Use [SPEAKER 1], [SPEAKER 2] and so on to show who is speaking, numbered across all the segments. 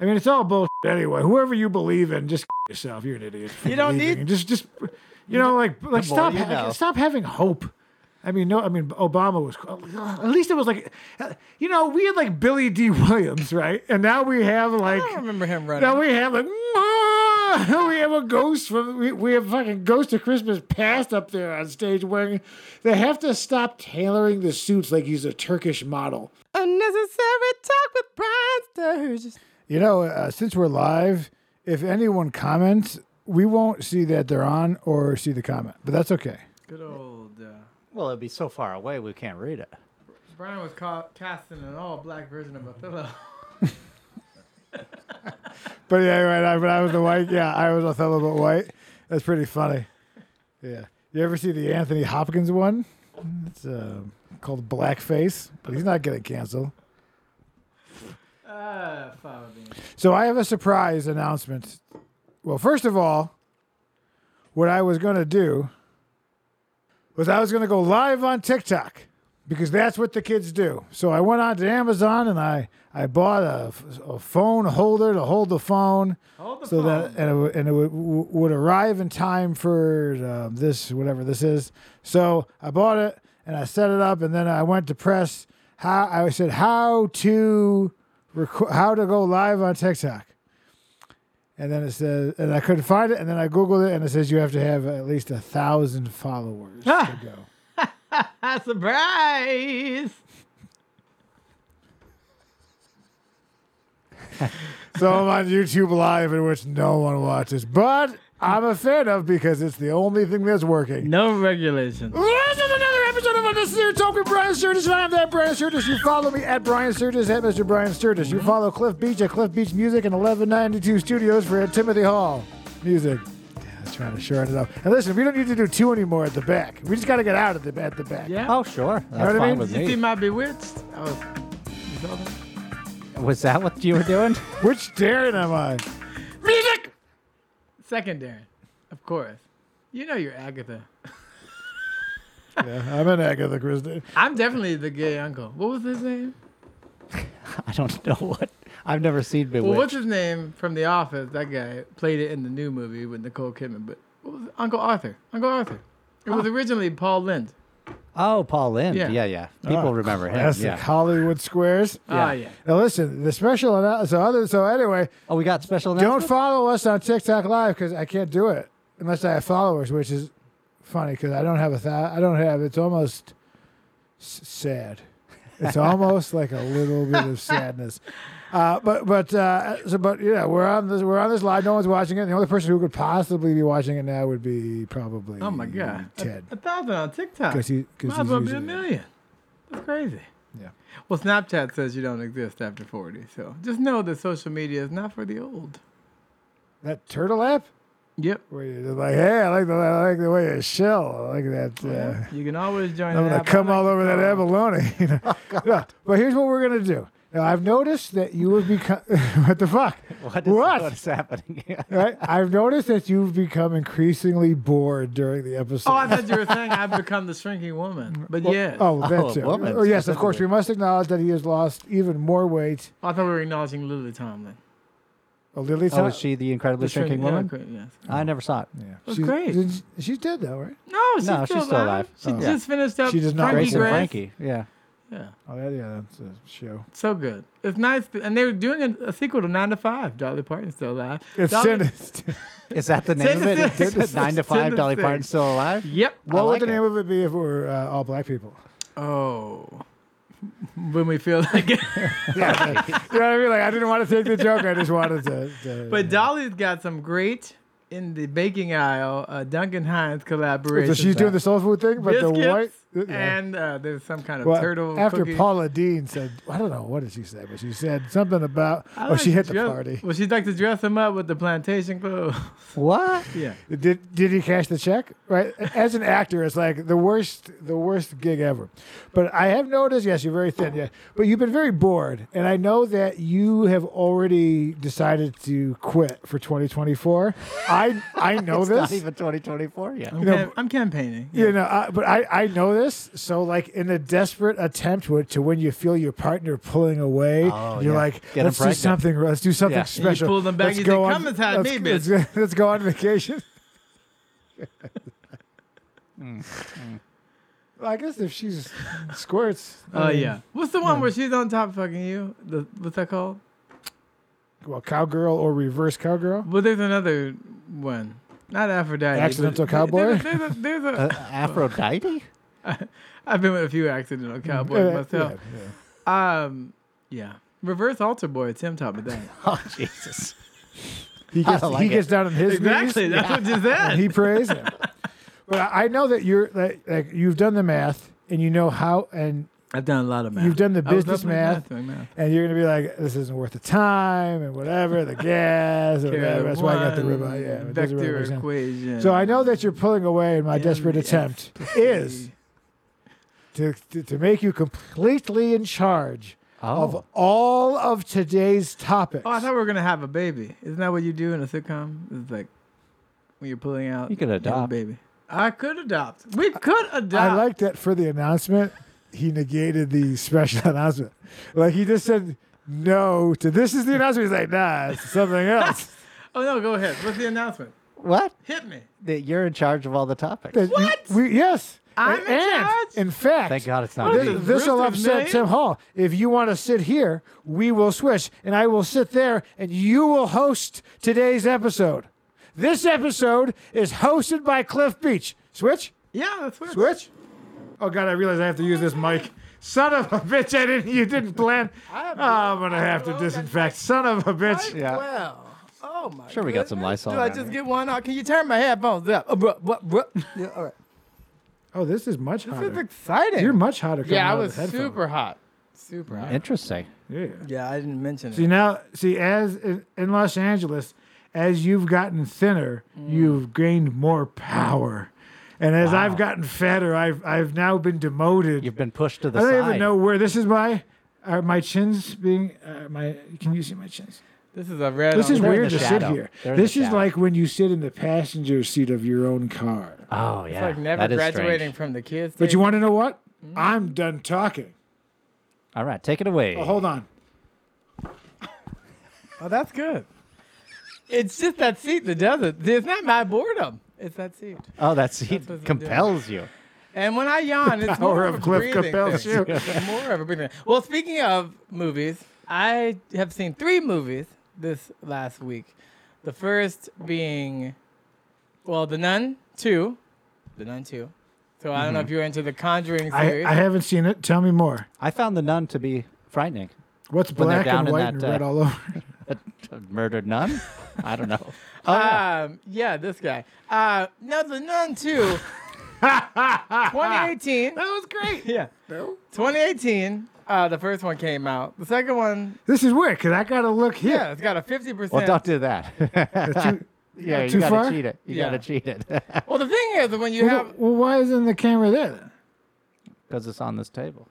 [SPEAKER 1] I mean, it's all bullshit anyway. Whoever you believe in, just yourself. You're an idiot. for
[SPEAKER 2] You don't
[SPEAKER 1] believing.
[SPEAKER 2] need-
[SPEAKER 1] just just you know like like
[SPEAKER 2] more
[SPEAKER 1] stop
[SPEAKER 2] you know.
[SPEAKER 1] stop having hope. I mean, no, I mean Obama was uh, at least it was like uh, you know we had like Billy D. Williams, right? And now we have like
[SPEAKER 2] I don't remember him running.
[SPEAKER 1] now we have like we have a ghost from we, we have fucking ghost of Christmas past up there on stage wearing. They have to stop tailoring the suits like he's a Turkish model.
[SPEAKER 2] Unnecessary talk with Brian Sturges.
[SPEAKER 3] You know, uh, since we're live, if anyone comments, we won't see that they're on or see the comment, but that's okay.
[SPEAKER 4] Good old. Uh,
[SPEAKER 2] Well, it'd be so far away we can't read it.
[SPEAKER 4] Brian was caught casting an all black version of Othello.
[SPEAKER 3] But yeah, right. I, but I was the white. Yeah, I was Othello but white. That's pretty funny. Yeah. You ever see the Anthony Hopkins one? It's uh, called Blackface, but he's not getting canceled.
[SPEAKER 4] Ah, follow me.
[SPEAKER 3] So I have a surprise announcement. Well, first of all, what I was going to do was I was going to go live on TikTok because that's what the kids do. So I went on to Amazon and I I bought a, a phone holder to hold the phone
[SPEAKER 4] Hold the
[SPEAKER 3] so
[SPEAKER 4] phone.
[SPEAKER 3] that and it, would- and it would, would arrive in time for um, this whatever this is. So I bought it and I set it up and then I went to press how I said how to reco- how to go live on TikTok. And then it says, and I couldn't find it. And then I googled it, and it says you have to have at least a thousand followers to go.
[SPEAKER 4] Ah, surprise!
[SPEAKER 3] So I'm on YouTube Live, in which no one watches, but I'm a fan of because it's the only thing that's working.
[SPEAKER 4] No regulation.
[SPEAKER 3] This is another episode of Unnecessary Talk with Brian Sturtis, and I'm that Brian Sturtis. You follow me at Brian Sturtis, at Mr. Brian Sturtis. You follow Cliff Beach at Cliff Beach Music and 1192 Studios for Timothy Hall Music. Yeah, I was trying to shorten it up. And listen, we don't need to do two anymore at the back. We just got to get out at the, at the back.
[SPEAKER 4] Yeah.
[SPEAKER 2] Oh, sure. That's
[SPEAKER 3] what I
[SPEAKER 2] fine
[SPEAKER 3] mean?
[SPEAKER 2] with
[SPEAKER 4] You see
[SPEAKER 2] me.
[SPEAKER 4] my bewitched? I was. You saw that?
[SPEAKER 2] Was that what you were doing?
[SPEAKER 3] Which Darren am I?
[SPEAKER 4] Music. Secondary, of course. You know you're Agatha.
[SPEAKER 3] Yeah, I'm an Agatha Christie.
[SPEAKER 4] I'm definitely the gay uncle. What was his name?
[SPEAKER 2] I don't know what. I've never seen Bewitched.
[SPEAKER 4] Well, what's his name from The Office? That guy played it in the new movie with Nicole Kidman. But what was it? Uncle Arthur? Uncle Arthur. It was originally Paul Lind.
[SPEAKER 2] oh, Paul Lind.
[SPEAKER 4] Yeah.
[SPEAKER 2] Yeah, yeah. People remember him.
[SPEAKER 3] Classic
[SPEAKER 2] Yeah.
[SPEAKER 3] Hollywood Squares.
[SPEAKER 4] Ah,
[SPEAKER 2] Yeah.
[SPEAKER 4] yeah.
[SPEAKER 3] Now listen, the special announcement. So, other, so anyway,
[SPEAKER 2] Oh, we got special
[SPEAKER 3] Don't
[SPEAKER 2] announcement?
[SPEAKER 3] follow us on TikTok Live because I can't do it unless I have followers, which is funny because I don't have a thou- I don't have. It's almost s- sad. It's almost like a little bit of sadness. Uh, but but uh, so but yeah, we're on this we're on this live. No one's watching it. The only person who could possibly be watching it now would be probably
[SPEAKER 4] Oh my God. A-
[SPEAKER 3] Ted
[SPEAKER 4] A, thousand on TikTok.
[SPEAKER 3] because he because
[SPEAKER 4] Might
[SPEAKER 3] he's
[SPEAKER 4] as well be a
[SPEAKER 3] using it.
[SPEAKER 4] million. That's crazy.
[SPEAKER 3] Yeah.
[SPEAKER 4] Well, Snapchat says you don't exist after 40. So just know that social media is not for the old.
[SPEAKER 3] that turtle app.
[SPEAKER 4] Yep.
[SPEAKER 3] Where you're like, hey, I like the I like the way you shell. I like that. Uh,
[SPEAKER 4] You can always join.
[SPEAKER 3] I'm
[SPEAKER 4] an
[SPEAKER 3] gonna
[SPEAKER 4] app.
[SPEAKER 3] come
[SPEAKER 4] I like
[SPEAKER 3] all
[SPEAKER 4] to
[SPEAKER 3] over that
[SPEAKER 4] call.
[SPEAKER 3] abalone. you know. No, but here's what we're gonna do. Now I've noticed that you have become what the fuck?
[SPEAKER 2] What is,
[SPEAKER 3] What?
[SPEAKER 2] what is happening?
[SPEAKER 3] Right? I've noticed that you've become increasingly bored during the episode.
[SPEAKER 4] Oh, I thought you were saying I've become the shrinking woman. But yes.
[SPEAKER 3] Oh, that's
[SPEAKER 2] a
[SPEAKER 3] it.
[SPEAKER 2] woman
[SPEAKER 3] Oh, yes, of course. We must acknowledge that he has lost even more weight.
[SPEAKER 4] I thought we were acknowledging Lily Tomlin.
[SPEAKER 3] Oh, Lily,
[SPEAKER 2] oh, is she the incredibly shrinking
[SPEAKER 4] yeah,
[SPEAKER 2] woman?
[SPEAKER 4] okay, yes.
[SPEAKER 2] I never saw it.
[SPEAKER 3] Yeah.
[SPEAKER 4] was
[SPEAKER 3] She's,
[SPEAKER 4] great.
[SPEAKER 3] didn't- She's dead though, right?
[SPEAKER 4] No, she's,
[SPEAKER 2] No,
[SPEAKER 4] still,
[SPEAKER 2] she's still
[SPEAKER 4] alive.
[SPEAKER 2] alive.
[SPEAKER 4] She
[SPEAKER 2] Oh.
[SPEAKER 4] just finished up.
[SPEAKER 3] She does not
[SPEAKER 4] Frankie
[SPEAKER 2] Grace and
[SPEAKER 4] Grace.
[SPEAKER 2] Frankie. Yeah.
[SPEAKER 4] Yeah,
[SPEAKER 3] Oh, that, yeah, that's a show.
[SPEAKER 4] so good. It's nice, to- and they were doing a, a sequel to Nine to Five. Dolly Parton's still alive.
[SPEAKER 3] It's
[SPEAKER 4] Dolly-
[SPEAKER 3] sinister.
[SPEAKER 2] Is that the name of it?
[SPEAKER 4] Send us-
[SPEAKER 2] Is it Nine to Five.
[SPEAKER 4] send us
[SPEAKER 2] Dolly
[SPEAKER 4] things.
[SPEAKER 2] Parton's still alive.
[SPEAKER 4] Yep.
[SPEAKER 3] What
[SPEAKER 2] like
[SPEAKER 3] would the
[SPEAKER 2] it.
[SPEAKER 3] name of it be if it were uh, all black people?
[SPEAKER 4] Oh, when we feel like it.
[SPEAKER 3] Yeah, like, you know what I mean. Like I didn't want to take the joke. I just wanted to. to
[SPEAKER 4] But Dolly's got some great in the baking aisle. Uh, Duncan Hines collaboration.
[SPEAKER 3] So she's doing the soul food thing, but the white.
[SPEAKER 4] Biscuits
[SPEAKER 3] yeah.
[SPEAKER 4] and uh, there's some kind of
[SPEAKER 3] Well,
[SPEAKER 4] turtle
[SPEAKER 3] after
[SPEAKER 4] cookie.
[SPEAKER 3] Paula Dean said, I don't know what did she say, but she said something about
[SPEAKER 4] I
[SPEAKER 3] oh
[SPEAKER 4] like
[SPEAKER 3] she
[SPEAKER 4] to
[SPEAKER 3] hit the
[SPEAKER 4] dress-
[SPEAKER 3] party.
[SPEAKER 4] Well, she'd like to dress him up with the plantation clothes.
[SPEAKER 2] What?
[SPEAKER 4] yeah.
[SPEAKER 3] Did did he cash the check? Right. As an actor, it's like the worst the worst gig ever. But I have noticed, yes, you're very thin, yeah. But you've been very bored, and I know that you have already decided to quit for 2024. I I know
[SPEAKER 2] It's
[SPEAKER 3] this.
[SPEAKER 2] not even 2024 yet.
[SPEAKER 4] I'm,
[SPEAKER 3] know,
[SPEAKER 4] Oh. cam- I'm campaigning.
[SPEAKER 3] you know, I, but I, I know this? So, like, in a desperate attempt to, to when you feel your partner pulling away,
[SPEAKER 2] Oh,
[SPEAKER 3] you're
[SPEAKER 2] yeah.
[SPEAKER 3] like,
[SPEAKER 2] Get 'em
[SPEAKER 3] let's do
[SPEAKER 2] pregnant."
[SPEAKER 3] something. Let's do something
[SPEAKER 2] Yeah. And you
[SPEAKER 3] special.
[SPEAKER 4] pull them back,
[SPEAKER 3] Let's
[SPEAKER 4] you
[SPEAKER 3] go
[SPEAKER 4] say,
[SPEAKER 3] on-
[SPEAKER 4] "Come inside
[SPEAKER 3] let's-
[SPEAKER 4] me,
[SPEAKER 3] let's go- let's go on vacation.
[SPEAKER 2] Mm.
[SPEAKER 3] Well, I guess if she's squirts. I
[SPEAKER 4] Oh
[SPEAKER 3] mean,
[SPEAKER 4] yeah. What's the one where she's on top fucking you? The what's that called?
[SPEAKER 3] Well, cowgirl or reverse cowgirl.
[SPEAKER 4] Well, there's another one. Not Aphrodite. but-
[SPEAKER 3] Accidental cowboy?
[SPEAKER 4] There's a, there's a,
[SPEAKER 2] Uh, Aphrodite?
[SPEAKER 4] I've been with a few accidental cowboys
[SPEAKER 3] Uh,
[SPEAKER 4] myself.
[SPEAKER 3] yeah, yeah.
[SPEAKER 4] Um, yeah. Reverse altar boy. It's him top of that.
[SPEAKER 2] Oh Jesus!
[SPEAKER 3] He gets,
[SPEAKER 2] like
[SPEAKER 3] he
[SPEAKER 2] it.
[SPEAKER 3] gets down on his knees.
[SPEAKER 4] exactly. That's what just
[SPEAKER 3] and
[SPEAKER 4] that.
[SPEAKER 3] he prays him. But I I know that you're that, like you've done the math and you know how and
[SPEAKER 4] I've done a lot of math.
[SPEAKER 3] You've done the
[SPEAKER 4] I was
[SPEAKER 3] business
[SPEAKER 4] definitely
[SPEAKER 3] math.
[SPEAKER 4] doing math.
[SPEAKER 3] and you're gonna be like this isn't worth the time and whatever the gas or
[SPEAKER 4] Carry
[SPEAKER 3] whatever. That's why I got the
[SPEAKER 4] one
[SPEAKER 3] ribeye. Yeah, it doesn't really
[SPEAKER 4] vector
[SPEAKER 3] make sense.
[SPEAKER 4] equation.
[SPEAKER 3] So I know that you're pulling away, and my
[SPEAKER 4] And
[SPEAKER 3] desperate
[SPEAKER 4] the
[SPEAKER 3] attempt is to, to to make you completely in charge of
[SPEAKER 2] Oh,
[SPEAKER 3] all of today's topics.
[SPEAKER 4] Oh, I thought we were gonna have a baby. Isn't that what you do in a sitcom? It's like when you're pulling out.
[SPEAKER 2] You could
[SPEAKER 4] have a
[SPEAKER 2] adopt.
[SPEAKER 4] baby. I could adopt. We could adopt.
[SPEAKER 3] I like that for the announcement, he negated the special announcement. Like he just said no to this is the announcement. He's like, nah, it's something else.
[SPEAKER 4] Oh no, go ahead. What's the announcement?
[SPEAKER 2] what?
[SPEAKER 4] Hit me.
[SPEAKER 2] That you're in charge of all the topics.
[SPEAKER 3] That you-
[SPEAKER 4] What?
[SPEAKER 3] we- yes.
[SPEAKER 4] I'm
[SPEAKER 3] and,
[SPEAKER 4] in charge?
[SPEAKER 3] in fact,
[SPEAKER 2] Thank God it's not
[SPEAKER 4] What
[SPEAKER 2] me.
[SPEAKER 4] is-
[SPEAKER 3] This will
[SPEAKER 4] Rooster
[SPEAKER 3] upset
[SPEAKER 4] Million?
[SPEAKER 3] Tim Hall. If you want to sit here, we will switch, and I will sit there, and you will host today's episode. This episode is hosted by Cliff Beach. Switch,
[SPEAKER 4] Yeah, that's what.
[SPEAKER 3] switch. Oh God, I realize I have to use this mic. Son of a bitch! I didn't. You didn't plan. Oh, I'm gonna have to disinfect. Son of a bitch.
[SPEAKER 2] Yeah.
[SPEAKER 4] Well. Oh my.
[SPEAKER 2] Sure we got some
[SPEAKER 4] goodness.
[SPEAKER 2] Lysol
[SPEAKER 4] Do I
[SPEAKER 2] down
[SPEAKER 4] just
[SPEAKER 2] here.
[SPEAKER 4] get one? out? Can you turn my headphones up? Uh, bruh, bruh, bruh. Yeah, all right.
[SPEAKER 3] Oh, this is much
[SPEAKER 4] This is
[SPEAKER 3] hotter.
[SPEAKER 4] exciting.
[SPEAKER 3] You're much hotter. coming
[SPEAKER 4] yeah, I
[SPEAKER 3] out of
[SPEAKER 4] was
[SPEAKER 3] the headphone.
[SPEAKER 4] super hot. Super hot.
[SPEAKER 2] Interesting.
[SPEAKER 3] Yeah.
[SPEAKER 4] Yeah, I didn't mention
[SPEAKER 3] See
[SPEAKER 4] it.
[SPEAKER 3] now, see as in in Los Angeles, as you've gotten thinner,
[SPEAKER 2] Mm.
[SPEAKER 3] you've gained more power, and as I've gotten fatter, I've I've now been demoted.
[SPEAKER 2] You've been pushed to the
[SPEAKER 3] I don't
[SPEAKER 2] side.
[SPEAKER 3] even know where this is. My are my chins being uh, my? Can you see my chins?
[SPEAKER 4] This is a red.
[SPEAKER 3] This
[SPEAKER 4] on-
[SPEAKER 3] is
[SPEAKER 2] they're in
[SPEAKER 3] weird
[SPEAKER 2] the
[SPEAKER 3] to
[SPEAKER 2] shadow.
[SPEAKER 3] sit here.
[SPEAKER 2] They're in
[SPEAKER 3] This
[SPEAKER 2] the
[SPEAKER 3] is
[SPEAKER 2] shadow.
[SPEAKER 3] like when you sit in the passenger seat of your own car.
[SPEAKER 2] Oh yeah.
[SPEAKER 4] It's like never
[SPEAKER 2] That is strange.
[SPEAKER 4] graduating from the kids.
[SPEAKER 3] But
[SPEAKER 4] stage.
[SPEAKER 3] you want to know what?
[SPEAKER 2] Mm.
[SPEAKER 3] I'm done talking.
[SPEAKER 2] All right, take it away.
[SPEAKER 3] Oh, hold on.
[SPEAKER 4] Oh, that's good. It's just that seat that does it. It's not my boredom. It's that seat.
[SPEAKER 2] Oh, that
[SPEAKER 4] what
[SPEAKER 2] seat
[SPEAKER 4] I'm doing.
[SPEAKER 2] compels you.
[SPEAKER 4] And when I yawn, it's
[SPEAKER 3] power
[SPEAKER 4] more
[SPEAKER 3] of
[SPEAKER 4] of a
[SPEAKER 3] Cliff
[SPEAKER 4] breathing
[SPEAKER 3] compels
[SPEAKER 4] thing.
[SPEAKER 3] you.
[SPEAKER 4] It's more of a breathing. thing. Well, speaking of movies, I have seen three movies this last week. The first being, well, The Nun Two, The Nun Two. So I don't know if you're into the Conjuring
[SPEAKER 3] I,
[SPEAKER 4] series.
[SPEAKER 3] I haven't seen it. Tell me more.
[SPEAKER 2] I found the nun to be frightening.
[SPEAKER 3] What's
[SPEAKER 2] When
[SPEAKER 3] black
[SPEAKER 2] they're down
[SPEAKER 3] and
[SPEAKER 2] in
[SPEAKER 3] white
[SPEAKER 2] that,
[SPEAKER 3] and
[SPEAKER 2] uh,
[SPEAKER 3] red all over?
[SPEAKER 2] A, a murdered nun? I don't know.
[SPEAKER 4] Um, yeah, this guy. Uh, no, the nun too. 2018. That was great. Yeah. 2018. Uh, the first one came out. The second one,
[SPEAKER 3] This is weird because I gotta look
[SPEAKER 4] yeah,
[SPEAKER 3] here.
[SPEAKER 4] it's got a 50%.
[SPEAKER 2] Well, don't do that. yeah,
[SPEAKER 3] too
[SPEAKER 2] you gotta
[SPEAKER 3] far?
[SPEAKER 2] cheat it. You
[SPEAKER 4] Yeah.
[SPEAKER 2] gotta cheat it
[SPEAKER 4] Well, the thing is, when you
[SPEAKER 3] Well,
[SPEAKER 4] have
[SPEAKER 3] well, why isn't the camera there? then?
[SPEAKER 2] because it's on this table.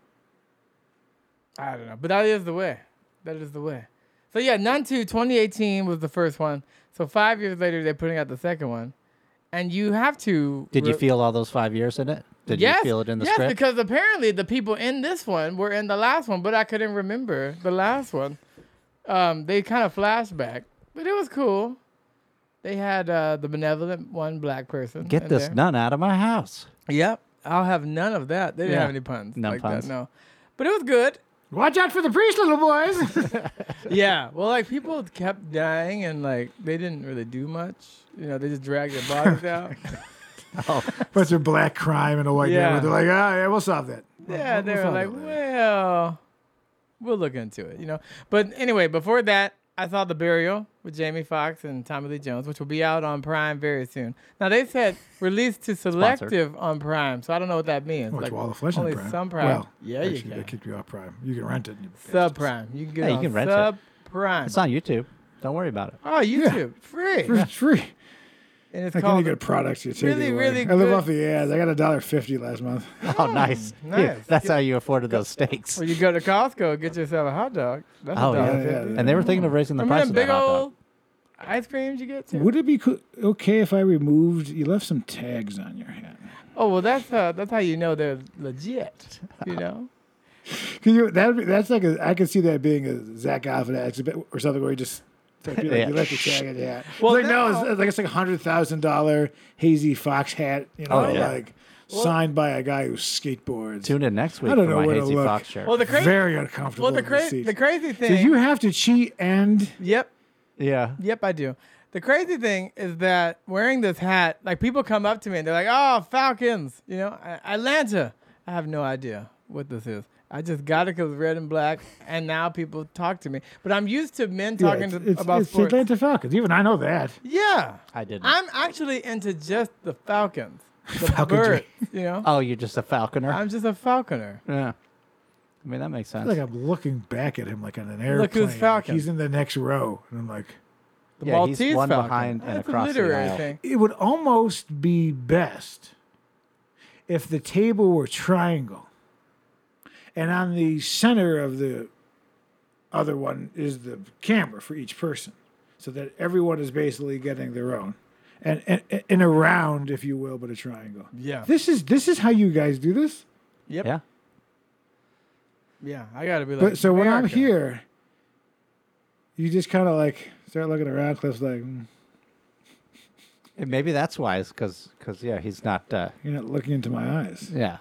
[SPEAKER 4] I don't know, but that is the way. That is the way. So yeah, Nun 2, 2018 was the first one. So five years later, they're putting out the second one, and you have to.
[SPEAKER 2] Did you
[SPEAKER 4] re-
[SPEAKER 2] feel all those five years in it? Did
[SPEAKER 4] yes,
[SPEAKER 2] you feel it in the
[SPEAKER 4] yes,
[SPEAKER 2] script?
[SPEAKER 4] because apparently the people in this one were in the last one, but I couldn't remember the last one. Um, they kind of flashback, but it was cool. They had uh, the benevolent one black person.
[SPEAKER 2] Get
[SPEAKER 4] in
[SPEAKER 2] this
[SPEAKER 4] there.
[SPEAKER 2] nun out of my house.
[SPEAKER 4] Yep, I'll have none of that. They didn't
[SPEAKER 2] Yeah.
[SPEAKER 4] have any puns.
[SPEAKER 2] No
[SPEAKER 4] like
[SPEAKER 2] puns.
[SPEAKER 4] That, no, but it was good.
[SPEAKER 3] Watch out for the priest, little boys.
[SPEAKER 4] yeah. Well, like people kept dying and like they didn't really do much. You know, they just dragged their bodies out.
[SPEAKER 3] Bunch of black crime and a white
[SPEAKER 4] Yeah.
[SPEAKER 3] yeah. They're like, ah, yeah, we'll solve that.
[SPEAKER 4] yeah, they
[SPEAKER 3] We'll
[SPEAKER 4] were
[SPEAKER 3] solve
[SPEAKER 4] like,
[SPEAKER 3] that.
[SPEAKER 4] well, we'll look into it, you know. But anyway, before that, I saw The Burial with Jamie Foxx and Tommy Lee Jones, which will be out on Prime very soon. Now they said released to selective on Prime, so I don't know what that means.
[SPEAKER 3] Went
[SPEAKER 4] Like,
[SPEAKER 3] to Wall of Flesh on
[SPEAKER 4] only
[SPEAKER 3] Prime.
[SPEAKER 4] some Prime.
[SPEAKER 3] Well,
[SPEAKER 4] yeah,
[SPEAKER 3] actually,
[SPEAKER 4] you can.
[SPEAKER 3] They kicked you off Prime. You can rent it. you bastards.
[SPEAKER 4] Subprime. You can get
[SPEAKER 2] Yeah,
[SPEAKER 4] it
[SPEAKER 2] you
[SPEAKER 4] on
[SPEAKER 2] can rent it.
[SPEAKER 4] subprime.
[SPEAKER 2] It's on YouTube. Don't worry about it.
[SPEAKER 4] oh, YouTube free,
[SPEAKER 3] For free.
[SPEAKER 4] and it's
[SPEAKER 3] Like
[SPEAKER 4] called
[SPEAKER 3] any good products, you take
[SPEAKER 4] really,
[SPEAKER 3] it away.
[SPEAKER 4] really
[SPEAKER 3] I live
[SPEAKER 4] good-
[SPEAKER 3] off the ads. I got a dollar fifty last month.
[SPEAKER 2] Oh, nice. Yeah,
[SPEAKER 4] nice.
[SPEAKER 2] that's how you afforded those steaks.
[SPEAKER 4] Well, you go to Costco, get yourself a hot dog. That's
[SPEAKER 2] Oh,
[SPEAKER 4] a
[SPEAKER 2] yeah.
[SPEAKER 4] dollar
[SPEAKER 3] yeah,
[SPEAKER 4] fifty.
[SPEAKER 3] yeah.
[SPEAKER 2] And they were thinking of raising the
[SPEAKER 4] Remember them
[SPEAKER 2] price of
[SPEAKER 4] big
[SPEAKER 2] that hot dog.
[SPEAKER 4] old ice creams you get too?
[SPEAKER 3] Would it be co- okay if I removed? You left some tags on your hat.
[SPEAKER 4] Oh well, that's uh, that's how you know they're legit. You know.
[SPEAKER 3] Can you, that'd be, that's like a, I could see that being a Zach Galifianakis exhibit or something where he just like, you're like,
[SPEAKER 2] Yeah.
[SPEAKER 3] you like your tag and hat.
[SPEAKER 4] Well,
[SPEAKER 3] it's like no,
[SPEAKER 4] now-
[SPEAKER 3] it's, it's like it's like a hundred thousand dollar hazy fox hat. You know,
[SPEAKER 2] Oh, yeah.
[SPEAKER 3] like signed by a guy who skateboards.
[SPEAKER 2] Tune in next week
[SPEAKER 3] don't
[SPEAKER 2] for
[SPEAKER 3] know
[SPEAKER 2] my
[SPEAKER 3] where to
[SPEAKER 2] Hazy
[SPEAKER 3] look.
[SPEAKER 2] Fox shirt.
[SPEAKER 4] Well, the crazy.
[SPEAKER 3] Very uncomfortable.
[SPEAKER 4] well, the,
[SPEAKER 3] in this
[SPEAKER 4] cra-
[SPEAKER 3] seat.
[SPEAKER 4] the crazy
[SPEAKER 3] so
[SPEAKER 4] thing.
[SPEAKER 3] you have to cheat and
[SPEAKER 4] yep.
[SPEAKER 2] yeah.
[SPEAKER 4] Yep, I do. The crazy thing is that wearing this hat, like people come up to me and they're like, "Oh, Falcons," you know, "A- Atlanta. I have no idea what this is. I just got it because red and black, and now people talk to me. But I'm used to men
[SPEAKER 3] Yeah,
[SPEAKER 4] talking
[SPEAKER 3] it's,
[SPEAKER 4] to,
[SPEAKER 3] it's,
[SPEAKER 4] about
[SPEAKER 3] it's the
[SPEAKER 4] sports.
[SPEAKER 3] Atlanta Falcons. Even I know that.
[SPEAKER 4] Yeah,
[SPEAKER 2] I didn't.
[SPEAKER 4] I'm actually into just the Falcons, the
[SPEAKER 3] Falconry.
[SPEAKER 4] birds. You know,
[SPEAKER 2] oh, you're just a falconer.
[SPEAKER 4] I'm just a falconer.
[SPEAKER 2] yeah. I mean, that makes sense.
[SPEAKER 3] It's like I'm looking back at him like on an airplane.
[SPEAKER 4] who's Falcon.
[SPEAKER 3] He's in the next row, and I'm like,
[SPEAKER 4] The
[SPEAKER 2] yeah,
[SPEAKER 4] Maltese
[SPEAKER 2] he's one
[SPEAKER 4] Falcon.
[SPEAKER 2] behind and
[SPEAKER 4] That's a
[SPEAKER 2] across
[SPEAKER 4] literary
[SPEAKER 2] the aisle.
[SPEAKER 4] thing.
[SPEAKER 3] it would almost be best if the table were triangle, and on the center of the other one is the camera for each person, so that everyone is basically getting their own, and and, and a round, if you will, but a triangle.
[SPEAKER 4] Yeah,
[SPEAKER 3] This is this is how you guys do this.
[SPEAKER 4] yep, yeah.
[SPEAKER 2] Yeah.
[SPEAKER 4] I gotta be like.
[SPEAKER 3] But so when I'm
[SPEAKER 4] America.
[SPEAKER 3] here, you just kind of like start looking around. Cliff's like, "Mm,
[SPEAKER 2] And Maybe that's wise, because yeah, he's not uh,
[SPEAKER 3] you're not looking into my eyes.
[SPEAKER 2] yeah,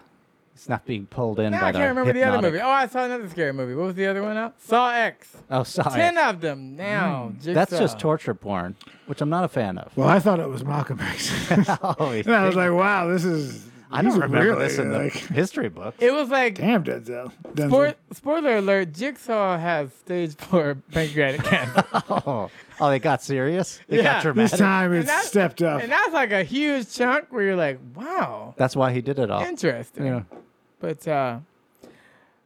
[SPEAKER 2] he's not being pulled in
[SPEAKER 4] Now
[SPEAKER 2] by
[SPEAKER 4] I
[SPEAKER 2] the.
[SPEAKER 4] can't remember the other
[SPEAKER 2] hypnotic-
[SPEAKER 4] movie. Oh, I saw another scary movie. What was the other one out? Saw X.
[SPEAKER 2] Oh, sorry.
[SPEAKER 4] Ten of them now.
[SPEAKER 2] Hmm, That's
[SPEAKER 4] Jigsaw.
[SPEAKER 2] just torture porn, which I'm not a fan of.
[SPEAKER 3] Well, I thought it was Malcolm X,
[SPEAKER 2] Oh,
[SPEAKER 3] and I was like, wow, this is.
[SPEAKER 2] I don't
[SPEAKER 3] these are
[SPEAKER 2] remember
[SPEAKER 3] really,
[SPEAKER 2] this in the
[SPEAKER 3] like,
[SPEAKER 2] history book.
[SPEAKER 4] It was like.
[SPEAKER 3] Damn, Denzel. Denzel.
[SPEAKER 4] Spoil- spoiler alert: Jigsaw has stage four pancreatic cancer,
[SPEAKER 2] Oh, oh, they got serious. It
[SPEAKER 4] Yeah.
[SPEAKER 2] got
[SPEAKER 4] This
[SPEAKER 3] this
[SPEAKER 2] dramatic.
[SPEAKER 3] time
[SPEAKER 4] And
[SPEAKER 3] it's
[SPEAKER 4] that-
[SPEAKER 3] stepped up.
[SPEAKER 4] and that's like a huge chunk where you're like, "Wow,
[SPEAKER 2] That's why he did it all.
[SPEAKER 4] interesting."
[SPEAKER 2] Oh, Yeah.
[SPEAKER 4] But uh,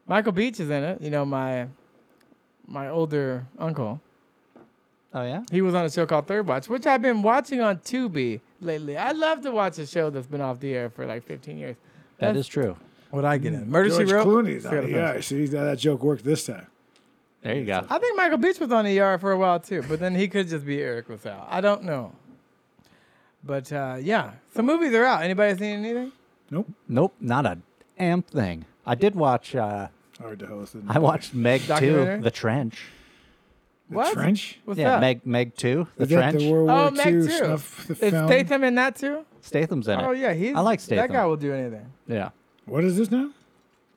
[SPEAKER 4] Michael Beach is in it. You know my my older uncle.
[SPEAKER 2] Oh yeah.
[SPEAKER 4] He was on a show called Third Watch, which I've been watching on Tubi lately. I love to watch a show that's been off the air for like 15 years.
[SPEAKER 2] That is true.
[SPEAKER 4] What I get in Murder
[SPEAKER 3] George
[SPEAKER 4] She Wrote.
[SPEAKER 3] Clooney's on
[SPEAKER 4] Forgot
[SPEAKER 3] it.
[SPEAKER 4] to finish.
[SPEAKER 3] Yeah, see, that, that joke worked this time.
[SPEAKER 2] There you go.
[SPEAKER 4] I think Michael Beach was on ER for a while too, but then he could just be Eric Without. I don't know. But uh, yeah, some movies are out. Anybody seen anything?
[SPEAKER 3] Nope.
[SPEAKER 2] Nope, not a damn thing. I did watch. Uh,
[SPEAKER 3] Hard to host.
[SPEAKER 2] I watched Meg Two,
[SPEAKER 4] Documentary?
[SPEAKER 2] The Trench.
[SPEAKER 4] What?
[SPEAKER 3] Trench.
[SPEAKER 4] What's
[SPEAKER 2] yeah,
[SPEAKER 4] that?
[SPEAKER 2] Meg Meg Two, The
[SPEAKER 3] Is that
[SPEAKER 2] Trench.
[SPEAKER 3] the World
[SPEAKER 4] oh,
[SPEAKER 3] War
[SPEAKER 4] Meg
[SPEAKER 3] II
[SPEAKER 4] too.
[SPEAKER 3] snuff the
[SPEAKER 4] Is
[SPEAKER 3] film?
[SPEAKER 4] Statham in that too?
[SPEAKER 2] Statham's in it.
[SPEAKER 4] Oh yeah, he's
[SPEAKER 2] I like
[SPEAKER 4] That
[SPEAKER 2] Statham.
[SPEAKER 4] guy will do anything.
[SPEAKER 2] Yeah.
[SPEAKER 3] What is this now?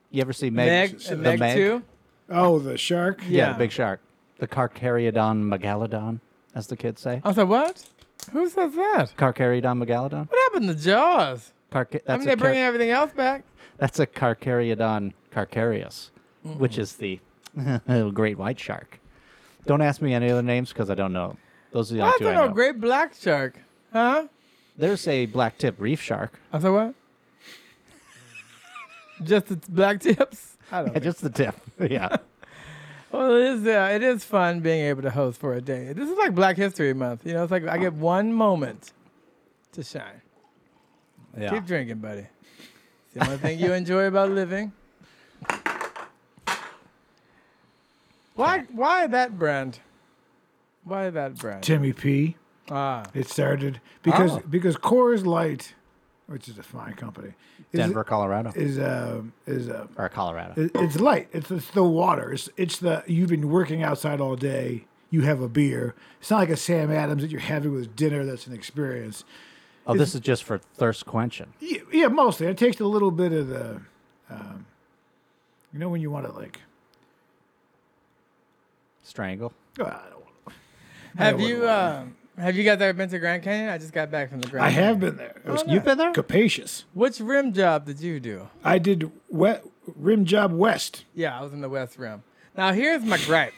[SPEAKER 2] You ever see Meg?
[SPEAKER 4] Meg,
[SPEAKER 2] the
[SPEAKER 4] and Meg, too.
[SPEAKER 3] Oh, the shark.
[SPEAKER 2] Yeah,
[SPEAKER 4] Yeah.
[SPEAKER 2] the big shark, the Carcharodon megalodon, as the kids say.
[SPEAKER 4] I was like, what? Who says that?
[SPEAKER 2] Carcharodon megalodon.
[SPEAKER 4] What happened to Jaws?
[SPEAKER 2] Carca- that's
[SPEAKER 4] I mean,
[SPEAKER 2] a
[SPEAKER 4] they're
[SPEAKER 2] car-
[SPEAKER 4] bringing everything else back.
[SPEAKER 2] That's a Carcharodon carcharius, which is the great white shark. Don't ask me any other names because I don't know. 'em. Those are the only
[SPEAKER 4] I
[SPEAKER 2] two I
[SPEAKER 4] don't know.
[SPEAKER 2] know.
[SPEAKER 4] Great black shark, huh?
[SPEAKER 2] There's a black tip reef shark.
[SPEAKER 4] I said what? Just the t- black tips. I don't.
[SPEAKER 2] Yeah, just the tip. yeah.
[SPEAKER 4] Well, it is. Uh, it is fun being able to host for a day. This is like Black History Month. You know, it's like I get one moment to shine.
[SPEAKER 2] Yeah.
[SPEAKER 4] Keep drinking, buddy. It's the only thing you enjoy about living. Why? Why that brand? Why that brand?
[SPEAKER 3] Timmy P.
[SPEAKER 4] Ah,
[SPEAKER 3] It started because
[SPEAKER 2] Oh.
[SPEAKER 3] because Coors Light, which is a fine company, is
[SPEAKER 2] Denver, Colorado.
[SPEAKER 3] is um is um
[SPEAKER 2] or Colorado.
[SPEAKER 3] it- it's light. It's it's the water. It's it's the you've been working outside all day. You have a beer. It's not like a Sam Adams that you're having with dinner. That's an experience.
[SPEAKER 2] oh, this is just for thirst quenching.
[SPEAKER 3] Yeah, yeah, mostly it takes a little bit of the, um, you know, when you want to like.
[SPEAKER 2] Strangle.
[SPEAKER 3] uh, I don't-
[SPEAKER 4] have
[SPEAKER 3] I
[SPEAKER 4] you?
[SPEAKER 3] wouldn't
[SPEAKER 4] Uh, have you guys ever been to Grand Canyon? I just got back from the Grand.
[SPEAKER 3] I
[SPEAKER 4] Canyon.
[SPEAKER 3] have been there. It was
[SPEAKER 2] Oh, You've been there?
[SPEAKER 3] Capacious.
[SPEAKER 4] Which rim job did you do?
[SPEAKER 3] I did wet rim job west.
[SPEAKER 4] Yeah, I was in the West Rim. Now here's my gripes.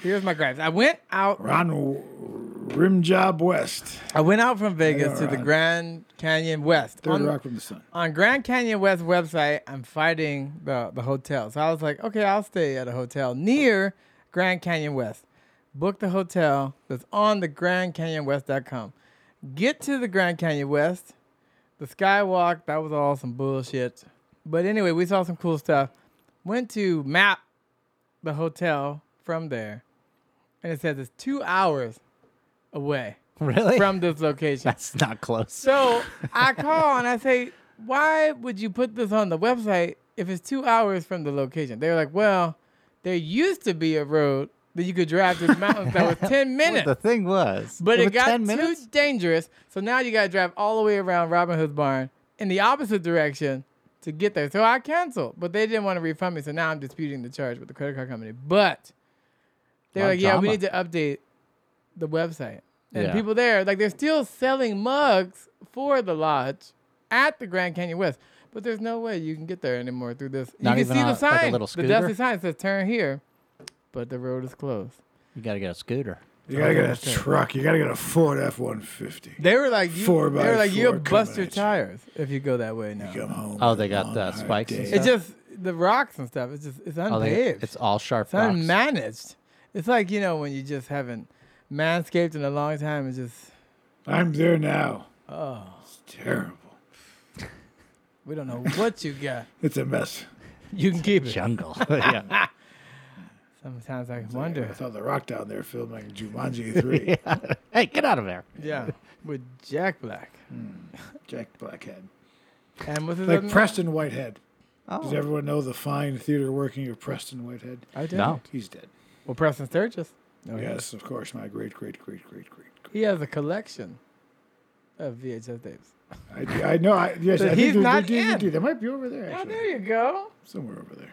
[SPEAKER 4] Here's my gripes. I went out.
[SPEAKER 3] Ron W- rim job west.
[SPEAKER 4] I went out from Vegas to the
[SPEAKER 3] Alright.
[SPEAKER 4] Grand Canyon West.
[SPEAKER 3] Third
[SPEAKER 4] on,
[SPEAKER 3] rock from the sun.
[SPEAKER 4] on Grand Canyon West website, I'm fighting the, the hotel. So I was like, okay, I'll stay at a hotel near Grand Canyon West. Book the hotel that's on the Grand Canyon West.com. Get to the Grand Canyon West. The skywalk, that was all some bullshit. But anyway, we saw some cool stuff. Went to map the hotel from there. And it says it's two hours away
[SPEAKER 2] Really?
[SPEAKER 4] from this location.
[SPEAKER 2] That's not close.
[SPEAKER 4] So I call and I say, why would you put this on the website if it's two hours from the location? They were like, well, there used to be a road that you could drive to the mountains that was 10 minutes.
[SPEAKER 2] The thing was,
[SPEAKER 4] But it
[SPEAKER 2] was
[SPEAKER 4] got
[SPEAKER 2] 10
[SPEAKER 4] too
[SPEAKER 2] minutes.
[SPEAKER 4] dangerous, so now you gotta drive all the way around Robin Hood's barn in the opposite direction to get there. So I canceled, but they didn't want to refund me, so now I'm disputing the charge with the credit card company. But they're
[SPEAKER 2] Lot of
[SPEAKER 4] like, yeah, we
[SPEAKER 2] drama.
[SPEAKER 4] need to update the website, and
[SPEAKER 2] Yeah.
[SPEAKER 4] people there like they're still selling mugs for the lodge at the Grand Canyon West. But there's no way you can get there anymore through this.
[SPEAKER 2] Not
[SPEAKER 4] you can
[SPEAKER 2] even
[SPEAKER 4] see
[SPEAKER 2] on
[SPEAKER 4] the
[SPEAKER 2] a- like a
[SPEAKER 4] sign,
[SPEAKER 2] little
[SPEAKER 4] the dusty
[SPEAKER 2] scooter?
[SPEAKER 4] sign says "Turn here," but the road is closed.
[SPEAKER 2] You gotta get a scooter.
[SPEAKER 3] You gotta get a truck. You gotta get a Ford F one fifty.
[SPEAKER 4] They were like, you,
[SPEAKER 3] Four
[SPEAKER 4] they
[SPEAKER 3] by
[SPEAKER 4] were like,
[SPEAKER 3] four
[SPEAKER 4] you'll bust
[SPEAKER 3] coming
[SPEAKER 4] your
[SPEAKER 3] at you.
[SPEAKER 4] tires if you go that way now.
[SPEAKER 3] Come home.
[SPEAKER 2] Oh, they got
[SPEAKER 3] on
[SPEAKER 2] the
[SPEAKER 3] our
[SPEAKER 2] spikes and
[SPEAKER 3] day.
[SPEAKER 2] stuff?
[SPEAKER 4] It's just the rocks and stuff. It's just it's
[SPEAKER 2] Oh, they-
[SPEAKER 4] unpaved.
[SPEAKER 2] it's all sharp
[SPEAKER 4] it's
[SPEAKER 2] rocks.
[SPEAKER 4] unmanaged. It's like you know when you just haven't manscaped in a long time. It's just
[SPEAKER 3] I'm there now.
[SPEAKER 4] oh,
[SPEAKER 3] It's terrible.
[SPEAKER 4] we don't know what you got.
[SPEAKER 3] It's a mess.
[SPEAKER 4] You can keep it.
[SPEAKER 2] jungle. yeah.
[SPEAKER 4] Sometimes I
[SPEAKER 3] I
[SPEAKER 4] wonder.
[SPEAKER 3] thought the rock down there filming Jumanji three.
[SPEAKER 2] Hey, get out of there.
[SPEAKER 4] Yeah, with Jack Black
[SPEAKER 3] Jack Blackhead.
[SPEAKER 4] and with his other
[SPEAKER 3] Like
[SPEAKER 4] name?
[SPEAKER 3] Preston Whitehead. Does
[SPEAKER 2] Oh.
[SPEAKER 3] everyone know the fine theater working of Preston Whitehead?
[SPEAKER 4] I did.
[SPEAKER 2] No.
[SPEAKER 3] He's dead.
[SPEAKER 4] Well, Preston Sturgis. No, he-
[SPEAKER 3] Yes, of course, my great, great, great, great, great.
[SPEAKER 4] He has a collection of VHS tapes.
[SPEAKER 3] great. I, I know. I, yes,
[SPEAKER 4] But
[SPEAKER 3] I
[SPEAKER 4] he's
[SPEAKER 3] think they're- they're
[SPEAKER 4] not
[SPEAKER 3] DVD.
[SPEAKER 4] in.
[SPEAKER 3] They might be over there.
[SPEAKER 4] Oh,
[SPEAKER 3] Actually,
[SPEAKER 4] there you go.
[SPEAKER 3] somewhere over there.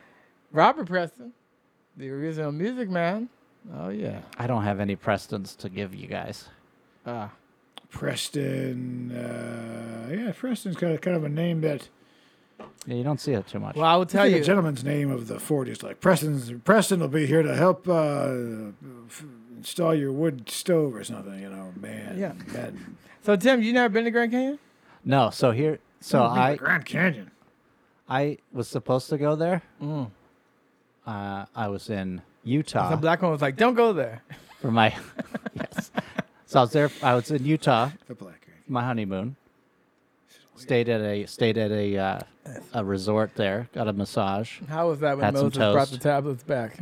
[SPEAKER 4] Robert Preston, the original Music Man. Oh yeah.
[SPEAKER 2] I don't have any Prestons to give you guys.
[SPEAKER 4] Ah.
[SPEAKER 3] Preston. Uh, yeah, Preston's got a, kind of a name that.
[SPEAKER 2] Yeah, you don't see it too much.
[SPEAKER 4] Well, I will
[SPEAKER 3] I
[SPEAKER 4] tell
[SPEAKER 3] think
[SPEAKER 4] you.
[SPEAKER 3] a gentleman's name of the Ford is like Preston's. Preston will be here to help uh, f- install your wood stove or something. You know, man.
[SPEAKER 4] Yeah.
[SPEAKER 3] man.
[SPEAKER 4] So Tim, you never been to Grand Canyon?
[SPEAKER 2] no, so here, so I,
[SPEAKER 3] Grand Canyon.
[SPEAKER 2] I was supposed to go there. Uh, I was in Utah
[SPEAKER 4] The black one was like, "Don't go there."
[SPEAKER 2] for my. yes. So I was there. I was in Utah
[SPEAKER 3] The Black Canyon.
[SPEAKER 2] my honeymoon. Stayed at a stayed at a uh, a resort there. Got a massage,
[SPEAKER 4] How was that when
[SPEAKER 2] Had some
[SPEAKER 4] Moses brought the
[SPEAKER 2] toast.
[SPEAKER 4] tablets back?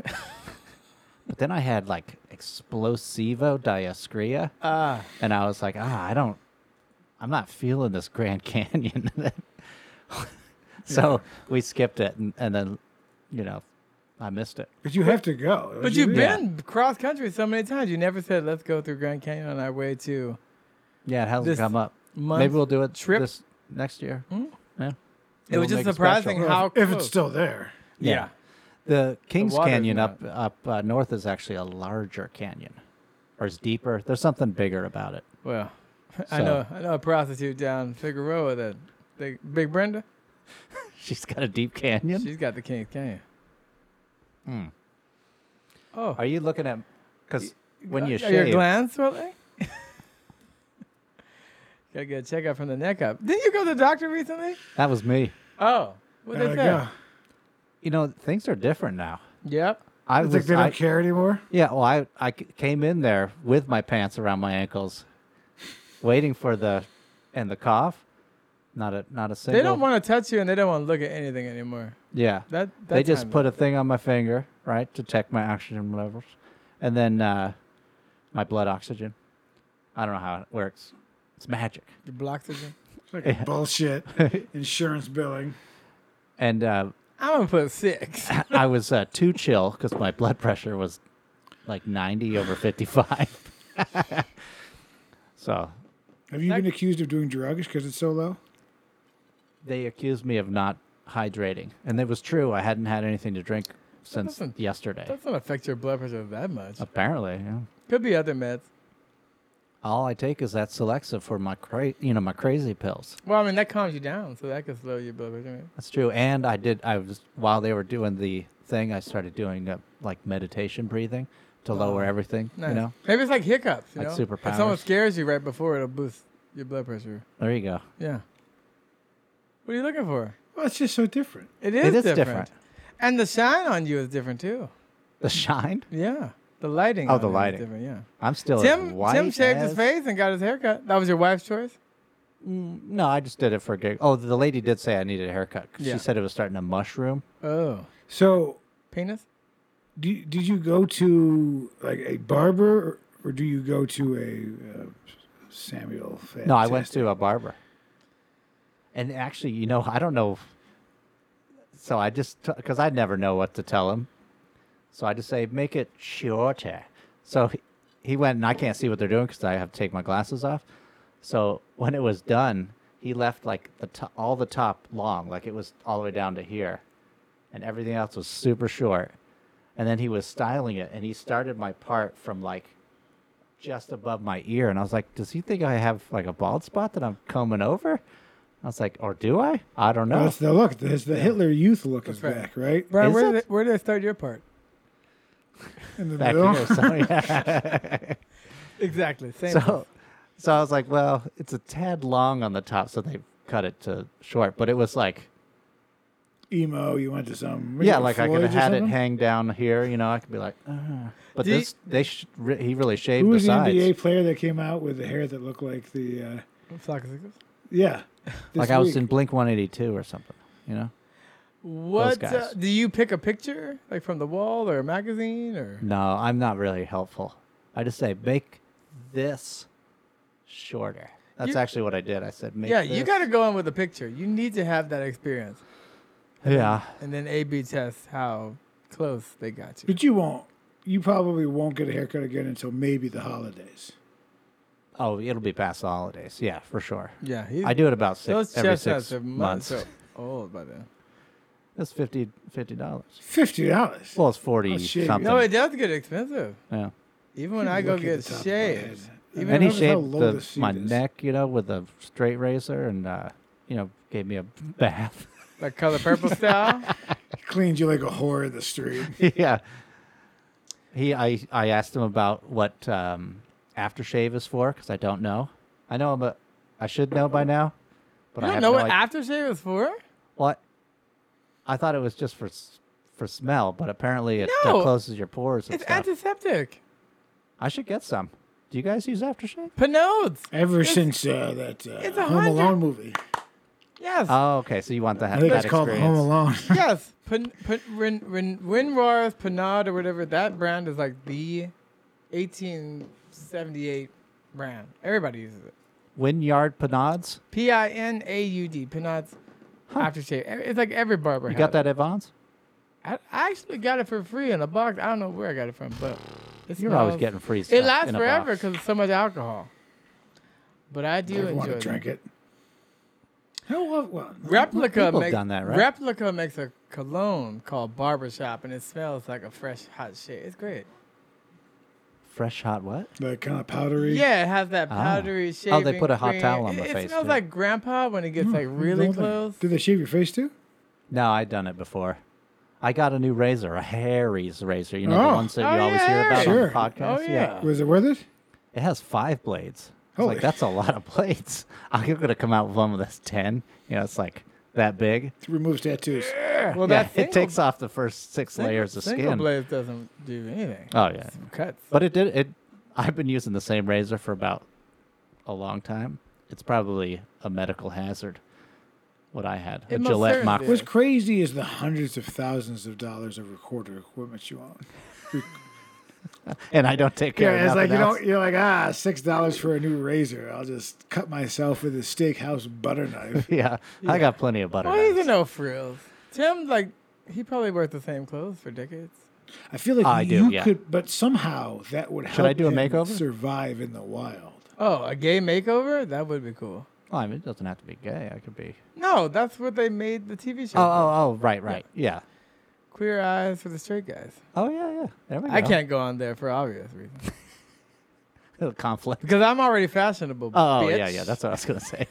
[SPEAKER 2] but then I had like explosivo diarrhea,
[SPEAKER 4] Ah,
[SPEAKER 2] and I was like, ah, I don't, I'm not feeling this Grand Canyon. so we skipped it, and, and then, you know, I missed it.
[SPEAKER 3] But you have to go.
[SPEAKER 4] but you've been cross country so many times. You never said, "Let's go through Grand Canyon on our way to."
[SPEAKER 2] Yeah, it hasn't
[SPEAKER 4] This
[SPEAKER 2] come up.
[SPEAKER 4] month
[SPEAKER 2] Maybe we'll do it
[SPEAKER 4] trip? Hmm?
[SPEAKER 2] this next year. Yeah.
[SPEAKER 4] It was
[SPEAKER 2] We'll
[SPEAKER 4] just
[SPEAKER 2] make
[SPEAKER 4] surprising
[SPEAKER 2] special.
[SPEAKER 4] how
[SPEAKER 3] If
[SPEAKER 4] close-
[SPEAKER 3] it's still there.
[SPEAKER 4] yeah.
[SPEAKER 2] Yeah. The Kings
[SPEAKER 4] water's
[SPEAKER 2] Canyon
[SPEAKER 4] not-
[SPEAKER 2] up up uh, north is actually a larger canyon, or is deeper. There's something bigger about it.
[SPEAKER 4] Well, I
[SPEAKER 2] So-
[SPEAKER 4] know I know a prostitute down Figueroa that big, big Brenda.
[SPEAKER 2] She's got a deep canyon.
[SPEAKER 4] She's got the King's Canyon. Oh, Uh,
[SPEAKER 2] Are you looking at? Because when you
[SPEAKER 4] Are your
[SPEAKER 2] shave,
[SPEAKER 4] glands swelling? Gotta get a checkup from the neck up. Didn't you go to the doctor recently?
[SPEAKER 2] that was me.
[SPEAKER 4] Oh, what
[SPEAKER 3] There
[SPEAKER 4] they
[SPEAKER 3] you
[SPEAKER 4] say?
[SPEAKER 3] go.
[SPEAKER 2] You know things are different now.
[SPEAKER 4] Yep.
[SPEAKER 2] I
[SPEAKER 3] I
[SPEAKER 2] was
[SPEAKER 3] think they don't
[SPEAKER 2] I-
[SPEAKER 3] care anymore.
[SPEAKER 2] yeah. Well, I I c- came in there with my pants around my ankles, waiting for the, and the cough. Not a not a single.
[SPEAKER 4] They don't want to touch you and they don't want to look at anything anymore.
[SPEAKER 2] Yeah.
[SPEAKER 4] That, that
[SPEAKER 2] they just
[SPEAKER 4] time-
[SPEAKER 2] put a thing on my finger, right, to check my oxygen levels, and then uh, my blood oxygen. I don't know how it works. It's magic.
[SPEAKER 4] your blocks again.
[SPEAKER 3] It's like bullshit insurance billing.
[SPEAKER 2] And uh,
[SPEAKER 4] I'm gonna put six.
[SPEAKER 2] I was uh, too chill because my blood pressure was like 90 over 55. so
[SPEAKER 3] Have you been accused of doing drugs because it's so low?
[SPEAKER 2] they accused me of not hydrating, and it was true. I hadn't had anything to drink since
[SPEAKER 4] doesn't-
[SPEAKER 2] yesterday.
[SPEAKER 4] Doesn't affect your blood pressure that much.
[SPEAKER 2] Uh, Apparently, yeah.
[SPEAKER 4] Could be other meds.
[SPEAKER 2] all I take is that Celexa for my cra- you know my crazy pills.
[SPEAKER 4] Well, I mean that calms you down, so that could slow your blood pressure. maybe.
[SPEAKER 2] That's true. And I did. I was while they were doing the thing, I started doing uh like meditation breathing to lower everything.
[SPEAKER 4] Oh. Nice.
[SPEAKER 2] You know,
[SPEAKER 4] Maybe it's like hiccups. You
[SPEAKER 2] Like
[SPEAKER 4] know? If someone
[SPEAKER 2] superpowers.
[SPEAKER 4] scares you right before, it'll boost your blood pressure.
[SPEAKER 2] there you go.
[SPEAKER 4] Yeah. What are you looking for?
[SPEAKER 3] Well, it's just so different.
[SPEAKER 4] It is,
[SPEAKER 2] it is
[SPEAKER 4] different.
[SPEAKER 2] different.
[SPEAKER 4] And the shine on you is different too.
[SPEAKER 2] The shine.
[SPEAKER 4] Yeah. The lighting.
[SPEAKER 2] Oh,
[SPEAKER 4] on
[SPEAKER 2] the
[SPEAKER 4] you is
[SPEAKER 2] lighting.
[SPEAKER 4] different, yeah.
[SPEAKER 2] I'm still as
[SPEAKER 4] Tim
[SPEAKER 2] white.
[SPEAKER 4] Tim shaved
[SPEAKER 2] as...
[SPEAKER 4] his face and got his haircut. That was your wife's choice.
[SPEAKER 2] Mm, No, I just did it for a gig. Oh, the lady did say I needed a haircut. 'cause
[SPEAKER 4] Yeah.
[SPEAKER 2] She said it was starting to mushroom.
[SPEAKER 4] Oh,
[SPEAKER 3] So,
[SPEAKER 4] penis.
[SPEAKER 3] do, did you go to like a barber or, or do you go to a uh, Samuel?
[SPEAKER 2] No, I went
[SPEAKER 3] Fantastic?
[SPEAKER 2] to a barber. And actually, you know, I don't know. So I just because I never know what to tell him, so I just say make it shorter. So he, he went, and I can't see what they're doing because I have to take my glasses off. So when it was done, he left like the to- all the top long, like it was all the way down to here, and everything else was super short. And then he was styling it, and he started my part from like just above my ear, and I was like, "Does he think I have like a bald spot that I'm combing over?" I was like, "Or do I? I don't know."
[SPEAKER 3] That's the look. That's the Hitler Youth look is
[SPEAKER 4] right.
[SPEAKER 3] back, right?
[SPEAKER 4] Brian,
[SPEAKER 2] Is
[SPEAKER 4] where
[SPEAKER 2] it?
[SPEAKER 4] did, I, where did I start your part?
[SPEAKER 3] In the
[SPEAKER 2] Back
[SPEAKER 3] middle.
[SPEAKER 2] here, so, yeah.
[SPEAKER 4] Exactly. Same.
[SPEAKER 2] so, so I was like, "Well, it's a tad long on the top, so they cut it to short." But it was like,
[SPEAKER 3] Emo, you went to some.
[SPEAKER 2] yeah, like I could have
[SPEAKER 3] Floyd's or
[SPEAKER 2] had it
[SPEAKER 3] something?
[SPEAKER 2] hang down here, you know. I could be like, uh, but
[SPEAKER 4] Do you-
[SPEAKER 2] this they sh- re- he really
[SPEAKER 3] Who
[SPEAKER 2] shaved the
[SPEAKER 3] was the
[SPEAKER 2] sides.
[SPEAKER 3] NBA player that came out with the hair that looked like the? Uh,
[SPEAKER 4] Flock of Seagulls.
[SPEAKER 3] yeah, this
[SPEAKER 2] like I was
[SPEAKER 3] week.
[SPEAKER 2] in Blink 182 or something, you know.
[SPEAKER 4] What
[SPEAKER 2] guys.
[SPEAKER 4] uh, do you pick a picture like from the wall or a magazine or?
[SPEAKER 2] No, I'm not really helpful. I just say make this shorter. That's
[SPEAKER 4] You-
[SPEAKER 2] actually what I did. I said make.
[SPEAKER 4] yeah, you
[SPEAKER 2] this-
[SPEAKER 4] got to go in with a picture. You need to have that experience,
[SPEAKER 2] Yeah,
[SPEAKER 4] and then A/B test how close they got you.
[SPEAKER 3] But you won't. You probably won't get a haircut again until maybe the holidays.
[SPEAKER 2] Oh, it'll be past the holidays. Yeah, for sure.
[SPEAKER 4] Yeah, he's,
[SPEAKER 2] I do it about six
[SPEAKER 4] Those
[SPEAKER 2] every
[SPEAKER 4] chest
[SPEAKER 2] six
[SPEAKER 4] hats are months
[SPEAKER 2] months.
[SPEAKER 4] so old by then.
[SPEAKER 2] That's fifty fifty dollars.
[SPEAKER 3] Fifty dollars.
[SPEAKER 2] Well, it's forty
[SPEAKER 3] I'll shave you.
[SPEAKER 2] something.
[SPEAKER 4] No, it does get expensive.
[SPEAKER 2] yeah.
[SPEAKER 4] Even when I go get shaved, even
[SPEAKER 2] And he
[SPEAKER 4] notice
[SPEAKER 2] shaved the, my neck, you know, with a straight razor, and uh, you know, gave me a bath.
[SPEAKER 4] like color purple style.
[SPEAKER 3] Cleaned you like a whore in the street.
[SPEAKER 2] yeah. He, I, I asked him about what um, aftershave is for because I don't know. I know, but I should know by now. But
[SPEAKER 4] You
[SPEAKER 2] I
[SPEAKER 4] don't
[SPEAKER 2] have
[SPEAKER 4] know
[SPEAKER 2] no
[SPEAKER 4] what
[SPEAKER 2] idea.
[SPEAKER 4] aftershave is for?
[SPEAKER 2] What? I thought it was just for s- for smell, but apparently it uh,
[SPEAKER 4] No.
[SPEAKER 2] closes your pores and
[SPEAKER 4] It's
[SPEAKER 2] stuff.
[SPEAKER 4] antiseptic.
[SPEAKER 2] I should get some. Do you guys use aftershave?
[SPEAKER 4] Pinodes.
[SPEAKER 3] Ever since uh, that
[SPEAKER 4] it's
[SPEAKER 3] uh,
[SPEAKER 4] a
[SPEAKER 3] Home
[SPEAKER 4] hundred-
[SPEAKER 3] Alone movie,
[SPEAKER 4] Yes.
[SPEAKER 2] Oh, okay. So you want that?
[SPEAKER 3] I think
[SPEAKER 2] that
[SPEAKER 3] it's called
[SPEAKER 2] experience.
[SPEAKER 3] Home Alone.
[SPEAKER 4] yes. Pin, pin, Rin, Rin, Winrar's Pinod or whatever that brand is like the 1878 brand. Everybody uses it.
[SPEAKER 2] Winyard Panades.
[SPEAKER 4] P I N A U D. Pinods. Aftershave. E- It's like every barber.
[SPEAKER 2] You
[SPEAKER 4] has
[SPEAKER 2] got
[SPEAKER 4] it.
[SPEAKER 2] that at Vons?
[SPEAKER 4] I, I actually got it for free in a box. I don't know where I got it from, but it
[SPEAKER 2] You're always
[SPEAKER 4] smells-
[SPEAKER 2] getting free stuff.
[SPEAKER 4] It lasts
[SPEAKER 2] in a
[SPEAKER 4] forever
[SPEAKER 2] box.
[SPEAKER 4] because it's so much alcohol. But I do
[SPEAKER 3] I want
[SPEAKER 4] enjoy
[SPEAKER 3] to
[SPEAKER 4] it.
[SPEAKER 3] drink it. Hell, what? what?
[SPEAKER 4] Replica
[SPEAKER 2] People have
[SPEAKER 4] makes
[SPEAKER 2] done that, right?
[SPEAKER 4] Replica makes a cologne called Barbershop, and it smells like a fresh hot shave. It's great.
[SPEAKER 2] fresh hot what?
[SPEAKER 3] Like kind of powdery.
[SPEAKER 4] Yeah, it has that powdery shape.
[SPEAKER 2] Oh, they put a hot towel on
[SPEAKER 4] it,
[SPEAKER 2] the
[SPEAKER 4] It
[SPEAKER 2] face,
[SPEAKER 4] smells
[SPEAKER 2] too. Mm,
[SPEAKER 4] like Grandpa when it gets like really
[SPEAKER 3] Don't they-
[SPEAKER 4] close.
[SPEAKER 3] Do they shave your face too?
[SPEAKER 2] No, I've done it before. I got a new razor, a Harry's razor. You know
[SPEAKER 3] Oh.
[SPEAKER 2] the ones that
[SPEAKER 4] Oh,
[SPEAKER 2] you always
[SPEAKER 4] yeah,
[SPEAKER 2] hear about
[SPEAKER 3] Sure.
[SPEAKER 2] on the podcast.
[SPEAKER 4] Oh, yeah.
[SPEAKER 3] Was it worth it?
[SPEAKER 2] it has five blades. It's
[SPEAKER 3] Holy-
[SPEAKER 2] like that's a lot of blades. I'm gonna come out with one that's ten. You know, it's like that big.
[SPEAKER 3] It removes tattoos.
[SPEAKER 4] Well,
[SPEAKER 2] yeah,
[SPEAKER 4] that
[SPEAKER 2] it takes off the first six layers of
[SPEAKER 4] single
[SPEAKER 2] skin.
[SPEAKER 4] blade doesn't do anything.
[SPEAKER 2] Oh yeah,
[SPEAKER 4] Cuts.
[SPEAKER 2] but it did. It. I've been using the same razor for about a long time. It's probably a medical hazard. What I had,
[SPEAKER 4] It
[SPEAKER 2] a
[SPEAKER 4] most
[SPEAKER 2] Gillette
[SPEAKER 4] certainly
[SPEAKER 2] mock.
[SPEAKER 4] is.
[SPEAKER 3] What's crazy is the hundreds of thousands of dollars of recorder equipment you own.
[SPEAKER 2] and I don't take care
[SPEAKER 3] Yeah,
[SPEAKER 2] of
[SPEAKER 3] it's like
[SPEAKER 2] nothing
[SPEAKER 3] you
[SPEAKER 2] else.
[SPEAKER 3] don't. You're like ah, six dollars for a new razor. I'll just cut myself with a steakhouse butter knife.
[SPEAKER 2] yeah, I got plenty of butter.
[SPEAKER 4] Well, he's
[SPEAKER 2] knives.
[SPEAKER 4] a no frills. Tim, like, he probably wore the same clothes for decades.
[SPEAKER 3] I feel like
[SPEAKER 2] I do,
[SPEAKER 3] you
[SPEAKER 2] yeah.
[SPEAKER 3] could, but somehow that would help.
[SPEAKER 2] I do a
[SPEAKER 3] him
[SPEAKER 2] makeover?
[SPEAKER 3] Survive in the wild.
[SPEAKER 4] Oh, a gay makeover? That would be cool.
[SPEAKER 2] Well, I mean, it doesn't have to be gay. I could be.
[SPEAKER 4] No, that's what they made the TV show. for.
[SPEAKER 2] Oh, oh, oh, right, right. Yeah.
[SPEAKER 4] Queer Eyes for the Straight Guys.
[SPEAKER 2] Oh, yeah, yeah. There we go.
[SPEAKER 4] I can't go on there for obvious reasons.
[SPEAKER 2] Little conflict.
[SPEAKER 4] Because I'm already fashionable.
[SPEAKER 2] Oh,
[SPEAKER 4] bitch.
[SPEAKER 2] yeah, yeah. That's what I was going to say.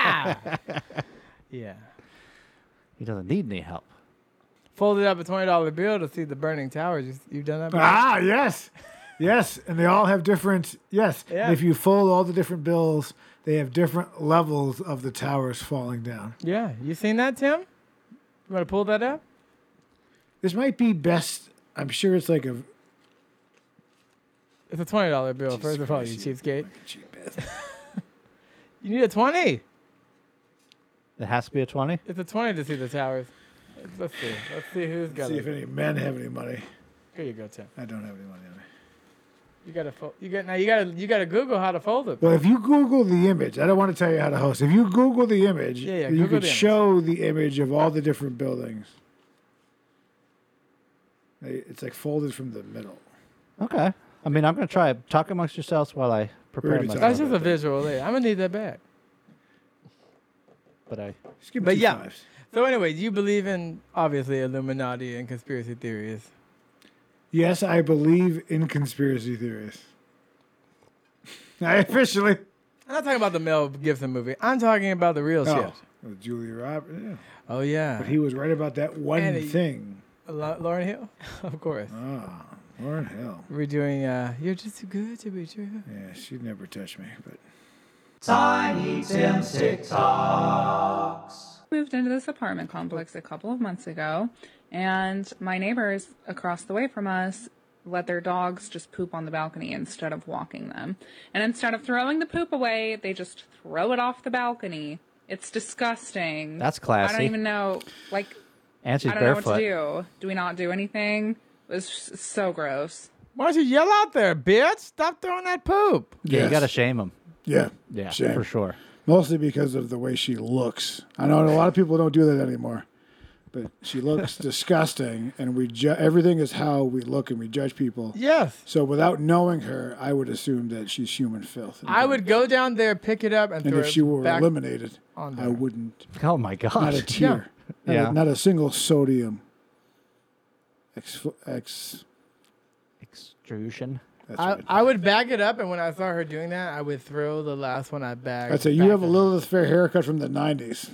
[SPEAKER 4] yeah.
[SPEAKER 2] He doesn't need any help.
[SPEAKER 4] Folded up a twenty dollar bill to see the burning towers. You, you've done that. before?
[SPEAKER 3] Ah, yes, yes, and they all have different. Yes, And
[SPEAKER 4] Yeah.
[SPEAKER 3] if you fold all the different bills, they have different levels of the towers falling down.
[SPEAKER 4] Yeah, you seen that, Tim? You want to pull that up?
[SPEAKER 3] This might be best. I'm sure it's like a
[SPEAKER 4] It's a twenty dollar bill.
[SPEAKER 3] Jesus
[SPEAKER 4] first of all, you
[SPEAKER 3] Christ,
[SPEAKER 4] cheapskate.
[SPEAKER 3] cheap
[SPEAKER 4] You need a twenty.
[SPEAKER 2] It has to be a 20.
[SPEAKER 4] It's a twenty to see the towers. Let's see. Let's see who's got
[SPEAKER 3] See if
[SPEAKER 4] it.
[SPEAKER 3] any men have any money.
[SPEAKER 4] Here you go, Tim.
[SPEAKER 3] I don't have any money on me.
[SPEAKER 4] You gotta fo- you got now you gotta you gotta Google how to fold it.
[SPEAKER 3] Well, if you Google the image, I don't want to tell you how to host. If you Google the image,
[SPEAKER 4] Yeah, yeah,
[SPEAKER 3] you
[SPEAKER 4] Google
[SPEAKER 3] could
[SPEAKER 4] the image.
[SPEAKER 3] show the image of all the different buildings. They- It's like folded from the middle.
[SPEAKER 2] Okay. I mean, I'm going to try it. Talk amongst yourselves while I prepare
[SPEAKER 3] already talked
[SPEAKER 2] myself.
[SPEAKER 4] That's just a visual there. I'm gonna need that back.
[SPEAKER 2] But I,
[SPEAKER 3] Just give me
[SPEAKER 4] But
[SPEAKER 3] two
[SPEAKER 4] yeah.
[SPEAKER 3] fives.
[SPEAKER 4] So anyway, you believe in obviously Illuminati and conspiracy theories.
[SPEAKER 3] Yes, I believe in conspiracy theories. I officially.
[SPEAKER 4] I'm not talking about the Mel Gibson movie. I'm talking about the real shit.
[SPEAKER 3] Oh, Julia Roberts. Yeah.
[SPEAKER 4] Oh yeah,
[SPEAKER 3] But he was right about that one
[SPEAKER 4] And he-
[SPEAKER 3] thing.
[SPEAKER 4] La- Lauren Hill, of course.
[SPEAKER 3] Ah, Lauren Hill.
[SPEAKER 4] We're doing. Uh, You're just too good to be true.
[SPEAKER 3] Yeah, she'd never touch me, but
[SPEAKER 5] moved into this apartment complex a couple of months ago, and my neighbors across the way from us let their dogs just poop on the balcony instead of walking them. And instead of throwing the poop away, they just throw it off the balcony. It's disgusting.
[SPEAKER 2] That's classy.
[SPEAKER 5] I don't even know, like,
[SPEAKER 2] and she's
[SPEAKER 5] I don't know
[SPEAKER 2] barefoot.
[SPEAKER 5] what to do. Do we not do anything? It was just so gross.
[SPEAKER 4] Why don't you yell out there, bitch? Stop throwing that poop.
[SPEAKER 2] Yeah, you
[SPEAKER 3] Yes.
[SPEAKER 2] got to shame him.
[SPEAKER 3] yeah,
[SPEAKER 2] Yeah,
[SPEAKER 3] shame.
[SPEAKER 2] for sure.
[SPEAKER 3] Mostly because of the way she looks. I know a lot of people don't do that anymore, but she looks disgusting, and we ju- everything is how we look and we judge people.
[SPEAKER 4] Yes.
[SPEAKER 3] So without knowing her, I would assume that she's human filth.
[SPEAKER 4] I would go down there, pick it up, and,
[SPEAKER 3] and
[SPEAKER 4] throw
[SPEAKER 3] if she
[SPEAKER 4] it
[SPEAKER 3] were
[SPEAKER 4] back.
[SPEAKER 3] eliminated,
[SPEAKER 4] on
[SPEAKER 3] I
[SPEAKER 4] there.
[SPEAKER 3] wouldn't.
[SPEAKER 2] Oh my
[SPEAKER 3] Not a
[SPEAKER 2] gosh.
[SPEAKER 3] tear. Not,
[SPEAKER 2] Yeah.
[SPEAKER 3] a, not a single sodium. Ex. ex
[SPEAKER 2] Extrusion.
[SPEAKER 3] that's
[SPEAKER 4] I,
[SPEAKER 3] right.
[SPEAKER 4] I would bag it up, and when I saw her doing that, I would throw the last one I bagged.
[SPEAKER 3] I'd say you
[SPEAKER 4] back
[SPEAKER 3] have a
[SPEAKER 4] up.
[SPEAKER 3] Lilith Fair haircut from the '90s,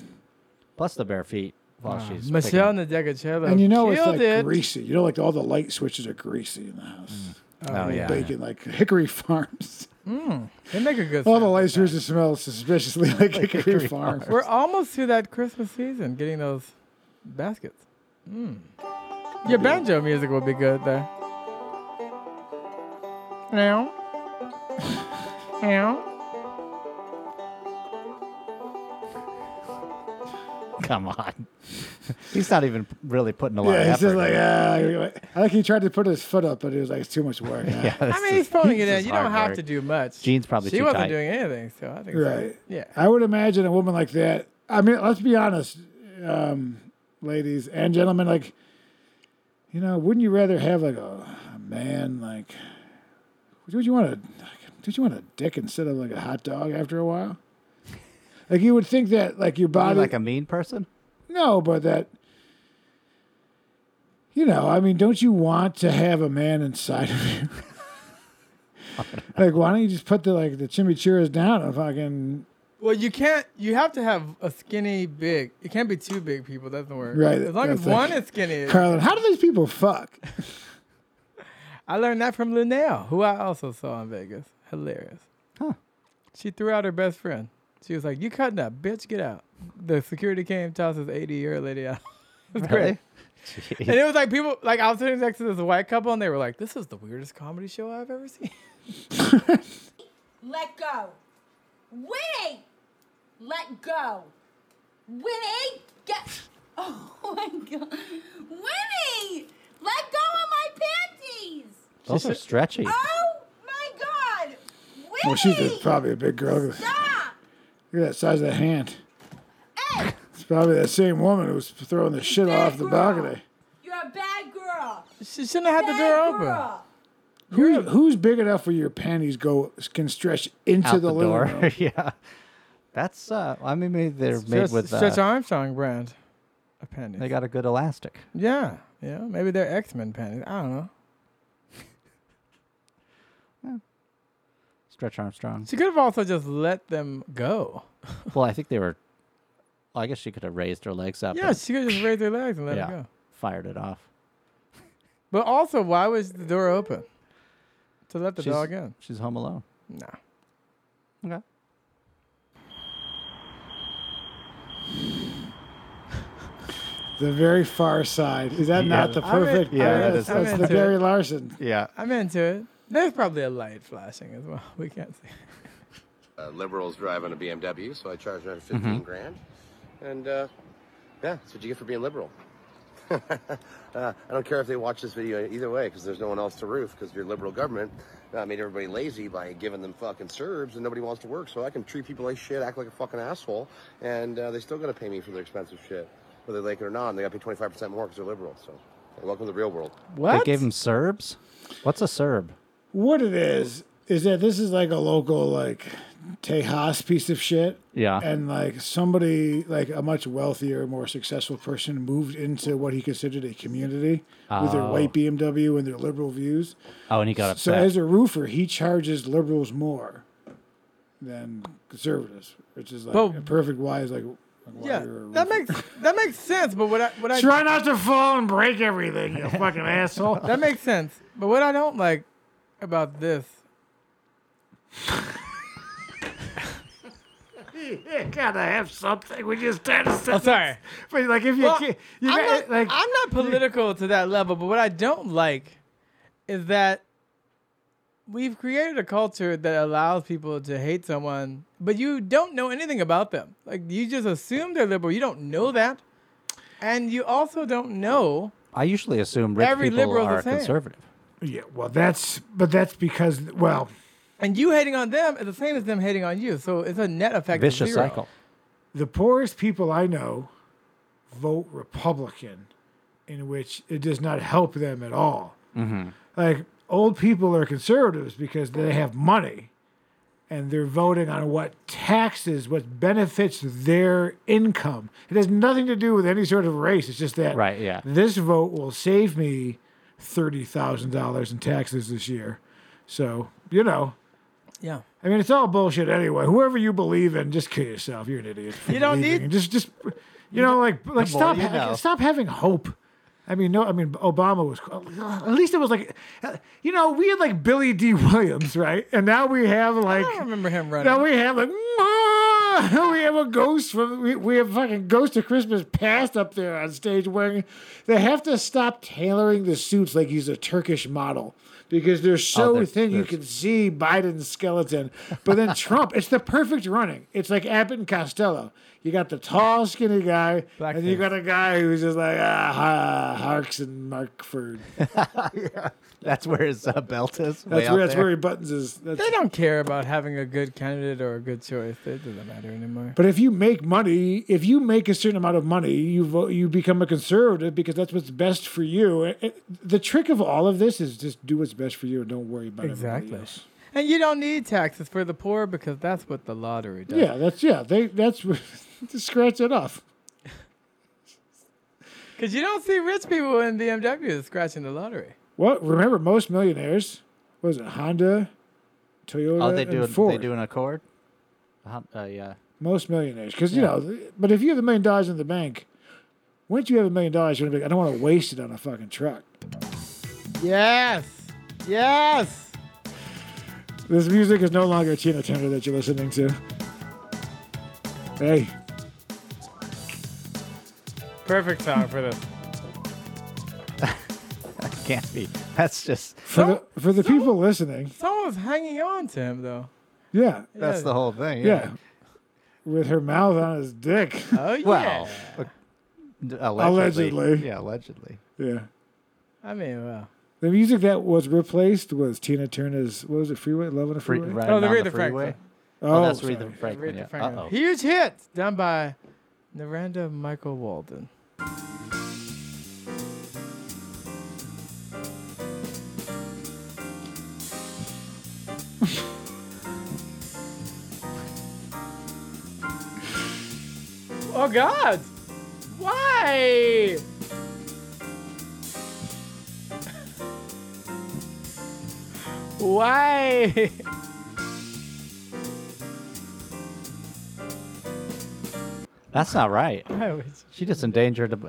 [SPEAKER 2] Plus the bare feet while
[SPEAKER 4] Ah,
[SPEAKER 2] she's picking-
[SPEAKER 4] Michelle Nadegacello.
[SPEAKER 3] and you know it's
[SPEAKER 4] killed
[SPEAKER 3] like
[SPEAKER 4] it.
[SPEAKER 3] greasy. You know, like all the light switches are greasy in the house.
[SPEAKER 2] Oh, yeah.
[SPEAKER 3] Bacon, like Hickory Farms.
[SPEAKER 4] They make a good.
[SPEAKER 3] All the
[SPEAKER 4] sound.
[SPEAKER 3] light switches smell suspiciously like Hickory Farms.
[SPEAKER 4] We're almost through that Christmas season, getting those baskets. Mm. Your banjo music will be good there. Now, now,
[SPEAKER 2] Come on. He's not even really putting a lot
[SPEAKER 3] Yeah,
[SPEAKER 2] of
[SPEAKER 3] he's
[SPEAKER 2] effort.
[SPEAKER 3] just like, ah. I think he tried to put his foot up, but it was like it's too much work.
[SPEAKER 2] in. yeah,
[SPEAKER 4] I mean,
[SPEAKER 2] that's just-
[SPEAKER 4] he's phoning it
[SPEAKER 2] this
[SPEAKER 4] in.
[SPEAKER 2] is
[SPEAKER 4] You don't
[SPEAKER 2] hard
[SPEAKER 4] have
[SPEAKER 2] work.
[SPEAKER 4] to do much.
[SPEAKER 2] Jean's probably
[SPEAKER 4] she
[SPEAKER 2] too
[SPEAKER 4] wasn't
[SPEAKER 2] tight.
[SPEAKER 4] doing anything, so I think.
[SPEAKER 3] Right.
[SPEAKER 4] So. Yeah.
[SPEAKER 3] I would imagine a woman like that. I mean, let's be honest, um, ladies and gentlemen. Like, you know, wouldn't you rather have like a, a man like? Would you want a? Did you want a dick instead of like a hot dog after a while? Like you would think that like your
[SPEAKER 2] Are
[SPEAKER 3] body
[SPEAKER 2] you like a mean person?
[SPEAKER 3] No, but that. You know, I mean, don't you want to have a man inside of you? like, why don't you just put the like the chimichurras down and fucking
[SPEAKER 4] Well, you can't. You have to have a skinny big. It can't be too big people. That doesn't work.
[SPEAKER 3] Right,
[SPEAKER 4] As long
[SPEAKER 3] that's
[SPEAKER 4] as
[SPEAKER 3] like-
[SPEAKER 4] one is skinny.
[SPEAKER 3] Carlin? How do these people fuck?
[SPEAKER 4] I learned that from Linnell, who I also saw in Vegas. Hilarious.
[SPEAKER 2] Huh.
[SPEAKER 4] She threw out her best friend. She was like, "You cutting up, bitch? Get out!" The security came, tossed this eighty-year lady out. it was great.
[SPEAKER 2] Really?
[SPEAKER 4] And
[SPEAKER 2] Jeez.
[SPEAKER 4] it was like people, like I was sitting next to this white couple, and they were like, "This is the weirdest comedy show I've ever seen."
[SPEAKER 6] Let go. Winnie! Let go. Winnie! Get. Oh my god. Winnie! Let go of my panties!
[SPEAKER 2] Those are stretchy.
[SPEAKER 6] Oh my god! Winnie!
[SPEAKER 3] Well, she's a, probably a big girl. Look
[SPEAKER 6] Stop!
[SPEAKER 3] at that size of that hand.
[SPEAKER 6] Hey!
[SPEAKER 3] It's probably that same woman who was throwing the shit off the balcony.
[SPEAKER 6] You're a bad girl!
[SPEAKER 4] She shouldn't have had the door
[SPEAKER 6] Bad
[SPEAKER 4] open.
[SPEAKER 6] girl!
[SPEAKER 3] Who's, who's big enough where your panties go can stretch into
[SPEAKER 2] Out
[SPEAKER 3] the,
[SPEAKER 2] the,
[SPEAKER 3] living room?
[SPEAKER 2] door. yeah. That's, uh, I mean, maybe they're made
[SPEAKER 4] Stretch,
[SPEAKER 2] with,
[SPEAKER 4] Stretch
[SPEAKER 2] uh,
[SPEAKER 4] Armstrong brand of panties.
[SPEAKER 2] they got a good elastic.
[SPEAKER 4] yeah, yeah. Maybe they're X-Men panties. I don't know.
[SPEAKER 2] Stretch Armstrong.
[SPEAKER 4] She could have also just let them go.
[SPEAKER 2] Well, I think they were, well, I guess she could have raised her legs up.
[SPEAKER 4] Yeah,
[SPEAKER 2] and-
[SPEAKER 4] she could just raise her legs and let
[SPEAKER 2] yeah,
[SPEAKER 4] it go.
[SPEAKER 2] Fired it off.
[SPEAKER 4] But also, why was the door open? To let the
[SPEAKER 2] She's-
[SPEAKER 4] dog in?
[SPEAKER 2] She's home alone.
[SPEAKER 4] No.
[SPEAKER 2] Okay.
[SPEAKER 3] The very far side. Is that not the
[SPEAKER 4] I'm in-
[SPEAKER 3] perfect?
[SPEAKER 4] Yeah,
[SPEAKER 3] Uh,
[SPEAKER 2] that
[SPEAKER 3] that's,
[SPEAKER 2] is-
[SPEAKER 3] that's
[SPEAKER 4] I'm
[SPEAKER 3] the
[SPEAKER 4] into
[SPEAKER 3] Gary Larson.
[SPEAKER 2] Yeah.
[SPEAKER 4] I'm into it. There's probably a light flashing as well. We can't see.
[SPEAKER 7] uh, liberals driving a BMW, so I charged another 15 grand. And uh, yeah, that's what you get for being liberal. uh, I don't care if they watch this video either way because there's no one else to roof because your liberal government I made everybody lazy by giving them fucking serbs, and nobody wants to work. So I can treat people like shit, act like a fucking asshole, and uh, they still gotta pay me for their expensive shit, whether they like it or not. And they gotta pay 25% more because they're liberal. So welcome to the real world.
[SPEAKER 4] What?
[SPEAKER 2] They gave him serbs. What's a serb?
[SPEAKER 3] What it is is that this is like a local like Tejas piece of shit.
[SPEAKER 2] Yeah.
[SPEAKER 3] And like somebody like a much wealthier, more successful person moved into what he considered a community with their
[SPEAKER 2] Oh.
[SPEAKER 3] white BMW and their liberal views.
[SPEAKER 2] Oh, and he got
[SPEAKER 3] So
[SPEAKER 2] upset.
[SPEAKER 3] as a roofer, he charges liberals more than conservatives, which is like
[SPEAKER 4] But-
[SPEAKER 3] a perfect why is like why
[SPEAKER 4] yeah,
[SPEAKER 3] you're a
[SPEAKER 4] that
[SPEAKER 3] roofer.
[SPEAKER 4] makes that makes sense. But what I what I
[SPEAKER 3] Try not to fall and break everything, you fucking asshole.
[SPEAKER 4] that makes sense. But what I don't like about this,
[SPEAKER 3] You gotta have something. We just had a sentence.
[SPEAKER 4] sorry.
[SPEAKER 3] But like if you,
[SPEAKER 4] Well,
[SPEAKER 3] can't, you
[SPEAKER 4] I'm,
[SPEAKER 3] got,
[SPEAKER 4] not,
[SPEAKER 3] like
[SPEAKER 4] I'm not political to that level. But what I don't like is that we've created a culture that allows people to hate someone, but you don't know anything about them. Like you just assume they're liberal. You don't know that, and you also don't know.
[SPEAKER 2] I usually assume rich
[SPEAKER 4] Every
[SPEAKER 2] people
[SPEAKER 4] liberal's the
[SPEAKER 2] are
[SPEAKER 4] same.
[SPEAKER 2] conservative.
[SPEAKER 3] yeah, well that's but that's because well
[SPEAKER 4] And you hating on them is the same as them hating on you. So it's a net effect. of
[SPEAKER 2] Vicious
[SPEAKER 4] zero.
[SPEAKER 2] cycle.
[SPEAKER 3] the poorest people I know vote Republican, in which it does not help them at all.
[SPEAKER 2] Mm-hmm.
[SPEAKER 3] Like old people are conservatives because they have money, and they're voting on what taxes, what benefits their income. It has nothing to do with any sort of race. It's just that
[SPEAKER 2] Right, yeah.
[SPEAKER 3] this vote will save me thirty thousand dollars in taxes this year. So you know.
[SPEAKER 4] Yeah.
[SPEAKER 3] I mean, it's all bullshit anyway. Whoever you believe in, just kill yourself. You're an idiot.
[SPEAKER 4] You don't
[SPEAKER 3] Believing
[SPEAKER 4] need-
[SPEAKER 3] in- just just you know like like
[SPEAKER 2] more
[SPEAKER 3] stop
[SPEAKER 2] you
[SPEAKER 3] ha-
[SPEAKER 2] know.
[SPEAKER 3] stop having hope. I mean, no, I mean Obama was at least it was like you know we had like Billy D. Williams, right? And now we have like
[SPEAKER 4] I don't remember him running.
[SPEAKER 3] now we have like "Mwah!" we have a ghost from we, we have fucking Ghost of Christmas Past up there on stage wearing. They have to stop tailoring the suits like he's a Turkish model because they're so
[SPEAKER 2] they're-
[SPEAKER 3] thin you
[SPEAKER 2] they're-
[SPEAKER 3] can see Biden's skeleton. But then Trump, it's the perfect running. It's like Abbott and Costello. You got the tall, skinny guy,
[SPEAKER 4] Black
[SPEAKER 3] and you
[SPEAKER 4] face.
[SPEAKER 3] got a guy who's just like ah, ha, Harks and Markford.
[SPEAKER 2] That's where his uh, belt is. way
[SPEAKER 3] That's
[SPEAKER 2] out
[SPEAKER 3] where that's
[SPEAKER 2] there.
[SPEAKER 3] where he buttons his. That's,
[SPEAKER 4] They don't care about having a good candidate or a good choice. It doesn't matter anymore.
[SPEAKER 3] But if you make money, if you make a certain amount of money, you vote, you become a conservative because that's what's best for you. It- it- the trick of all of this is just do what's best for you and don't worry about
[SPEAKER 4] Exactly.
[SPEAKER 3] everybody else.
[SPEAKER 4] And you don't need taxes for the poor because that's what the lottery does.
[SPEAKER 3] Yeah, that's yeah. They that's just scratch it off.
[SPEAKER 4] Because you don't see rich people in BMWs scratching the lottery.
[SPEAKER 3] Well, remember most millionaires what is it Honda, Toyota,
[SPEAKER 2] Oh, they do.
[SPEAKER 3] and
[SPEAKER 2] They
[SPEAKER 3] Ford.
[SPEAKER 2] do an accord. Uh, uh, yeah.
[SPEAKER 3] Most millionaires, because you know, th- but if you have a million dollars in the bank, once you have a million dollars, you're gonna be like, I don't want to waste it on a fucking truck.
[SPEAKER 4] Yes. Yes.
[SPEAKER 3] This music is no longer Tina Turner that you're listening to. Hey,
[SPEAKER 4] Perfect song for this.
[SPEAKER 2] Can't be. That's just.
[SPEAKER 3] for the, for the people listening,
[SPEAKER 4] Someone was hanging on to him, though.
[SPEAKER 3] yeah,
[SPEAKER 2] That's the whole thing.
[SPEAKER 3] yeah, with her mouth on his dick,
[SPEAKER 2] Uh.
[SPEAKER 4] Oh, yeah.
[SPEAKER 2] Well, d- allegedly.
[SPEAKER 3] Allegedly.
[SPEAKER 2] Yeah, allegedly.
[SPEAKER 3] yeah.
[SPEAKER 4] I mean, well.
[SPEAKER 3] The music that was replaced was Tina Turner's. What was it? Freeway, Love on a
[SPEAKER 2] Free,
[SPEAKER 3] Freeway.
[SPEAKER 2] right
[SPEAKER 4] Oh, the
[SPEAKER 2] on
[SPEAKER 4] Aretha
[SPEAKER 2] the freeway.
[SPEAKER 4] Franklin.
[SPEAKER 2] Oh, that's
[SPEAKER 3] sorry.
[SPEAKER 2] Aretha
[SPEAKER 4] Aretha
[SPEAKER 2] Franklin. Yeah.
[SPEAKER 4] Franklin.
[SPEAKER 2] Uh-oh.
[SPEAKER 4] Huge hit done by Miranda Michael Walden. oh God! Why? Why?
[SPEAKER 2] That's not right.
[SPEAKER 4] Why would you-
[SPEAKER 2] She just endangered. A, b-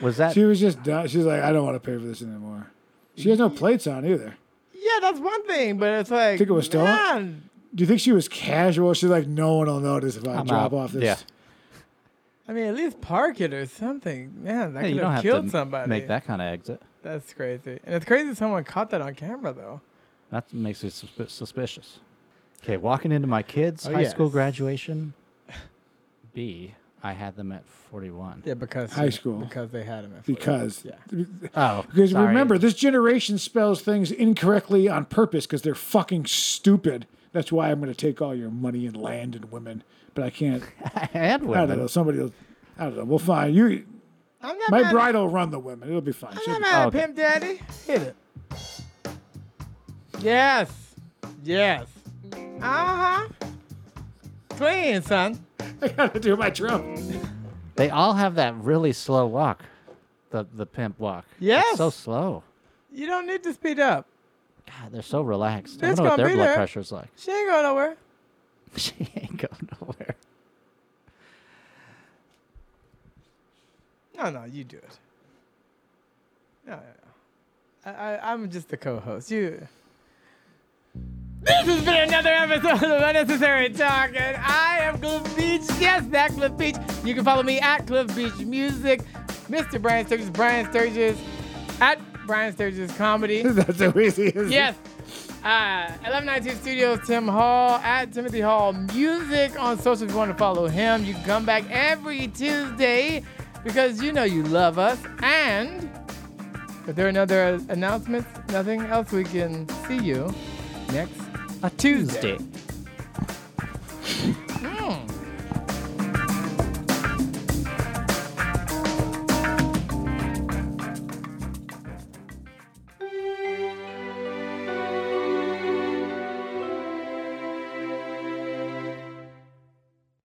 [SPEAKER 2] was that?
[SPEAKER 3] She was just done. She's like, I don't want to pay for this anymore. She has no plates on either.
[SPEAKER 4] Yeah, that's one thing, but it's like
[SPEAKER 3] Think it was stolen?
[SPEAKER 4] man.
[SPEAKER 3] Do you think she was casual? She's like, no one will notice if I
[SPEAKER 2] I'm
[SPEAKER 3] drop
[SPEAKER 2] out.
[SPEAKER 3] off this.
[SPEAKER 2] Yeah.
[SPEAKER 4] I mean, at least park it or something. Man, that could
[SPEAKER 2] Yeah, you
[SPEAKER 4] have
[SPEAKER 2] don't have
[SPEAKER 4] killed
[SPEAKER 2] to
[SPEAKER 4] somebody.
[SPEAKER 2] make that kind of exit.
[SPEAKER 4] That's crazy, and it's crazy someone caught that on camera though.
[SPEAKER 2] That makes me susp- suspicious. Okay, walking into my kids'
[SPEAKER 4] Oh,
[SPEAKER 2] high school
[SPEAKER 4] yes.
[SPEAKER 2] graduation. B. I had them at 41.
[SPEAKER 4] Yeah, because
[SPEAKER 3] High school.
[SPEAKER 4] because they had him at 40.
[SPEAKER 3] because
[SPEAKER 4] yeah.
[SPEAKER 2] Oh,
[SPEAKER 3] because
[SPEAKER 2] sorry.
[SPEAKER 3] remember this generation spells things incorrectly on purpose because they're fucking stupid. That's why I'm going to take all your money and land and women, but I can't.
[SPEAKER 2] and
[SPEAKER 3] I don't
[SPEAKER 2] women.
[SPEAKER 3] know. Somebody, will, I don't know. We'll find you.
[SPEAKER 4] I'm not
[SPEAKER 3] My
[SPEAKER 4] mad-
[SPEAKER 3] bride will run the women. It'll be fine.
[SPEAKER 4] I'm not
[SPEAKER 3] She'll-
[SPEAKER 4] mad at
[SPEAKER 2] okay.
[SPEAKER 4] Pimp Daddy. Oh, Hit it. Yes. Yes. Uh huh. Clean, son.
[SPEAKER 3] I gotta do my drum.
[SPEAKER 2] They all have that really slow walk, the the pimp walk.
[SPEAKER 4] Yes.
[SPEAKER 2] it's so slow.
[SPEAKER 4] You don't need to speed up.
[SPEAKER 2] God, they're so relaxed. I
[SPEAKER 4] It's
[SPEAKER 2] don't know what
[SPEAKER 4] gonna
[SPEAKER 2] their
[SPEAKER 4] be
[SPEAKER 2] blood
[SPEAKER 4] there.
[SPEAKER 2] pressure's like.
[SPEAKER 4] She ain't going nowhere.
[SPEAKER 2] she ain't going nowhere.
[SPEAKER 4] No, no, you do it. No, no, no. I, I, I'm just the co-host. You. This has been another episode of Unnecessary Talk, and I am Cliff Beach. Yes, that Cliff Beach. You can follow me at Cliff Beach Music, Mr. Brian Sturgis, Brian Sturgis, at Brian Sturgis Comedy.
[SPEAKER 3] That's so easy. isn't it?
[SPEAKER 4] Yes. Uh, 1192 Studios, Tim Hall, at Timothy Hall Music on social if you want to follow him. You can come back every Tuesday because you know you love us. And if there are no other announcements, nothing else, we can see you next
[SPEAKER 2] A
[SPEAKER 4] Tuesday.
[SPEAKER 2] Tuesday.
[SPEAKER 4] Hmm.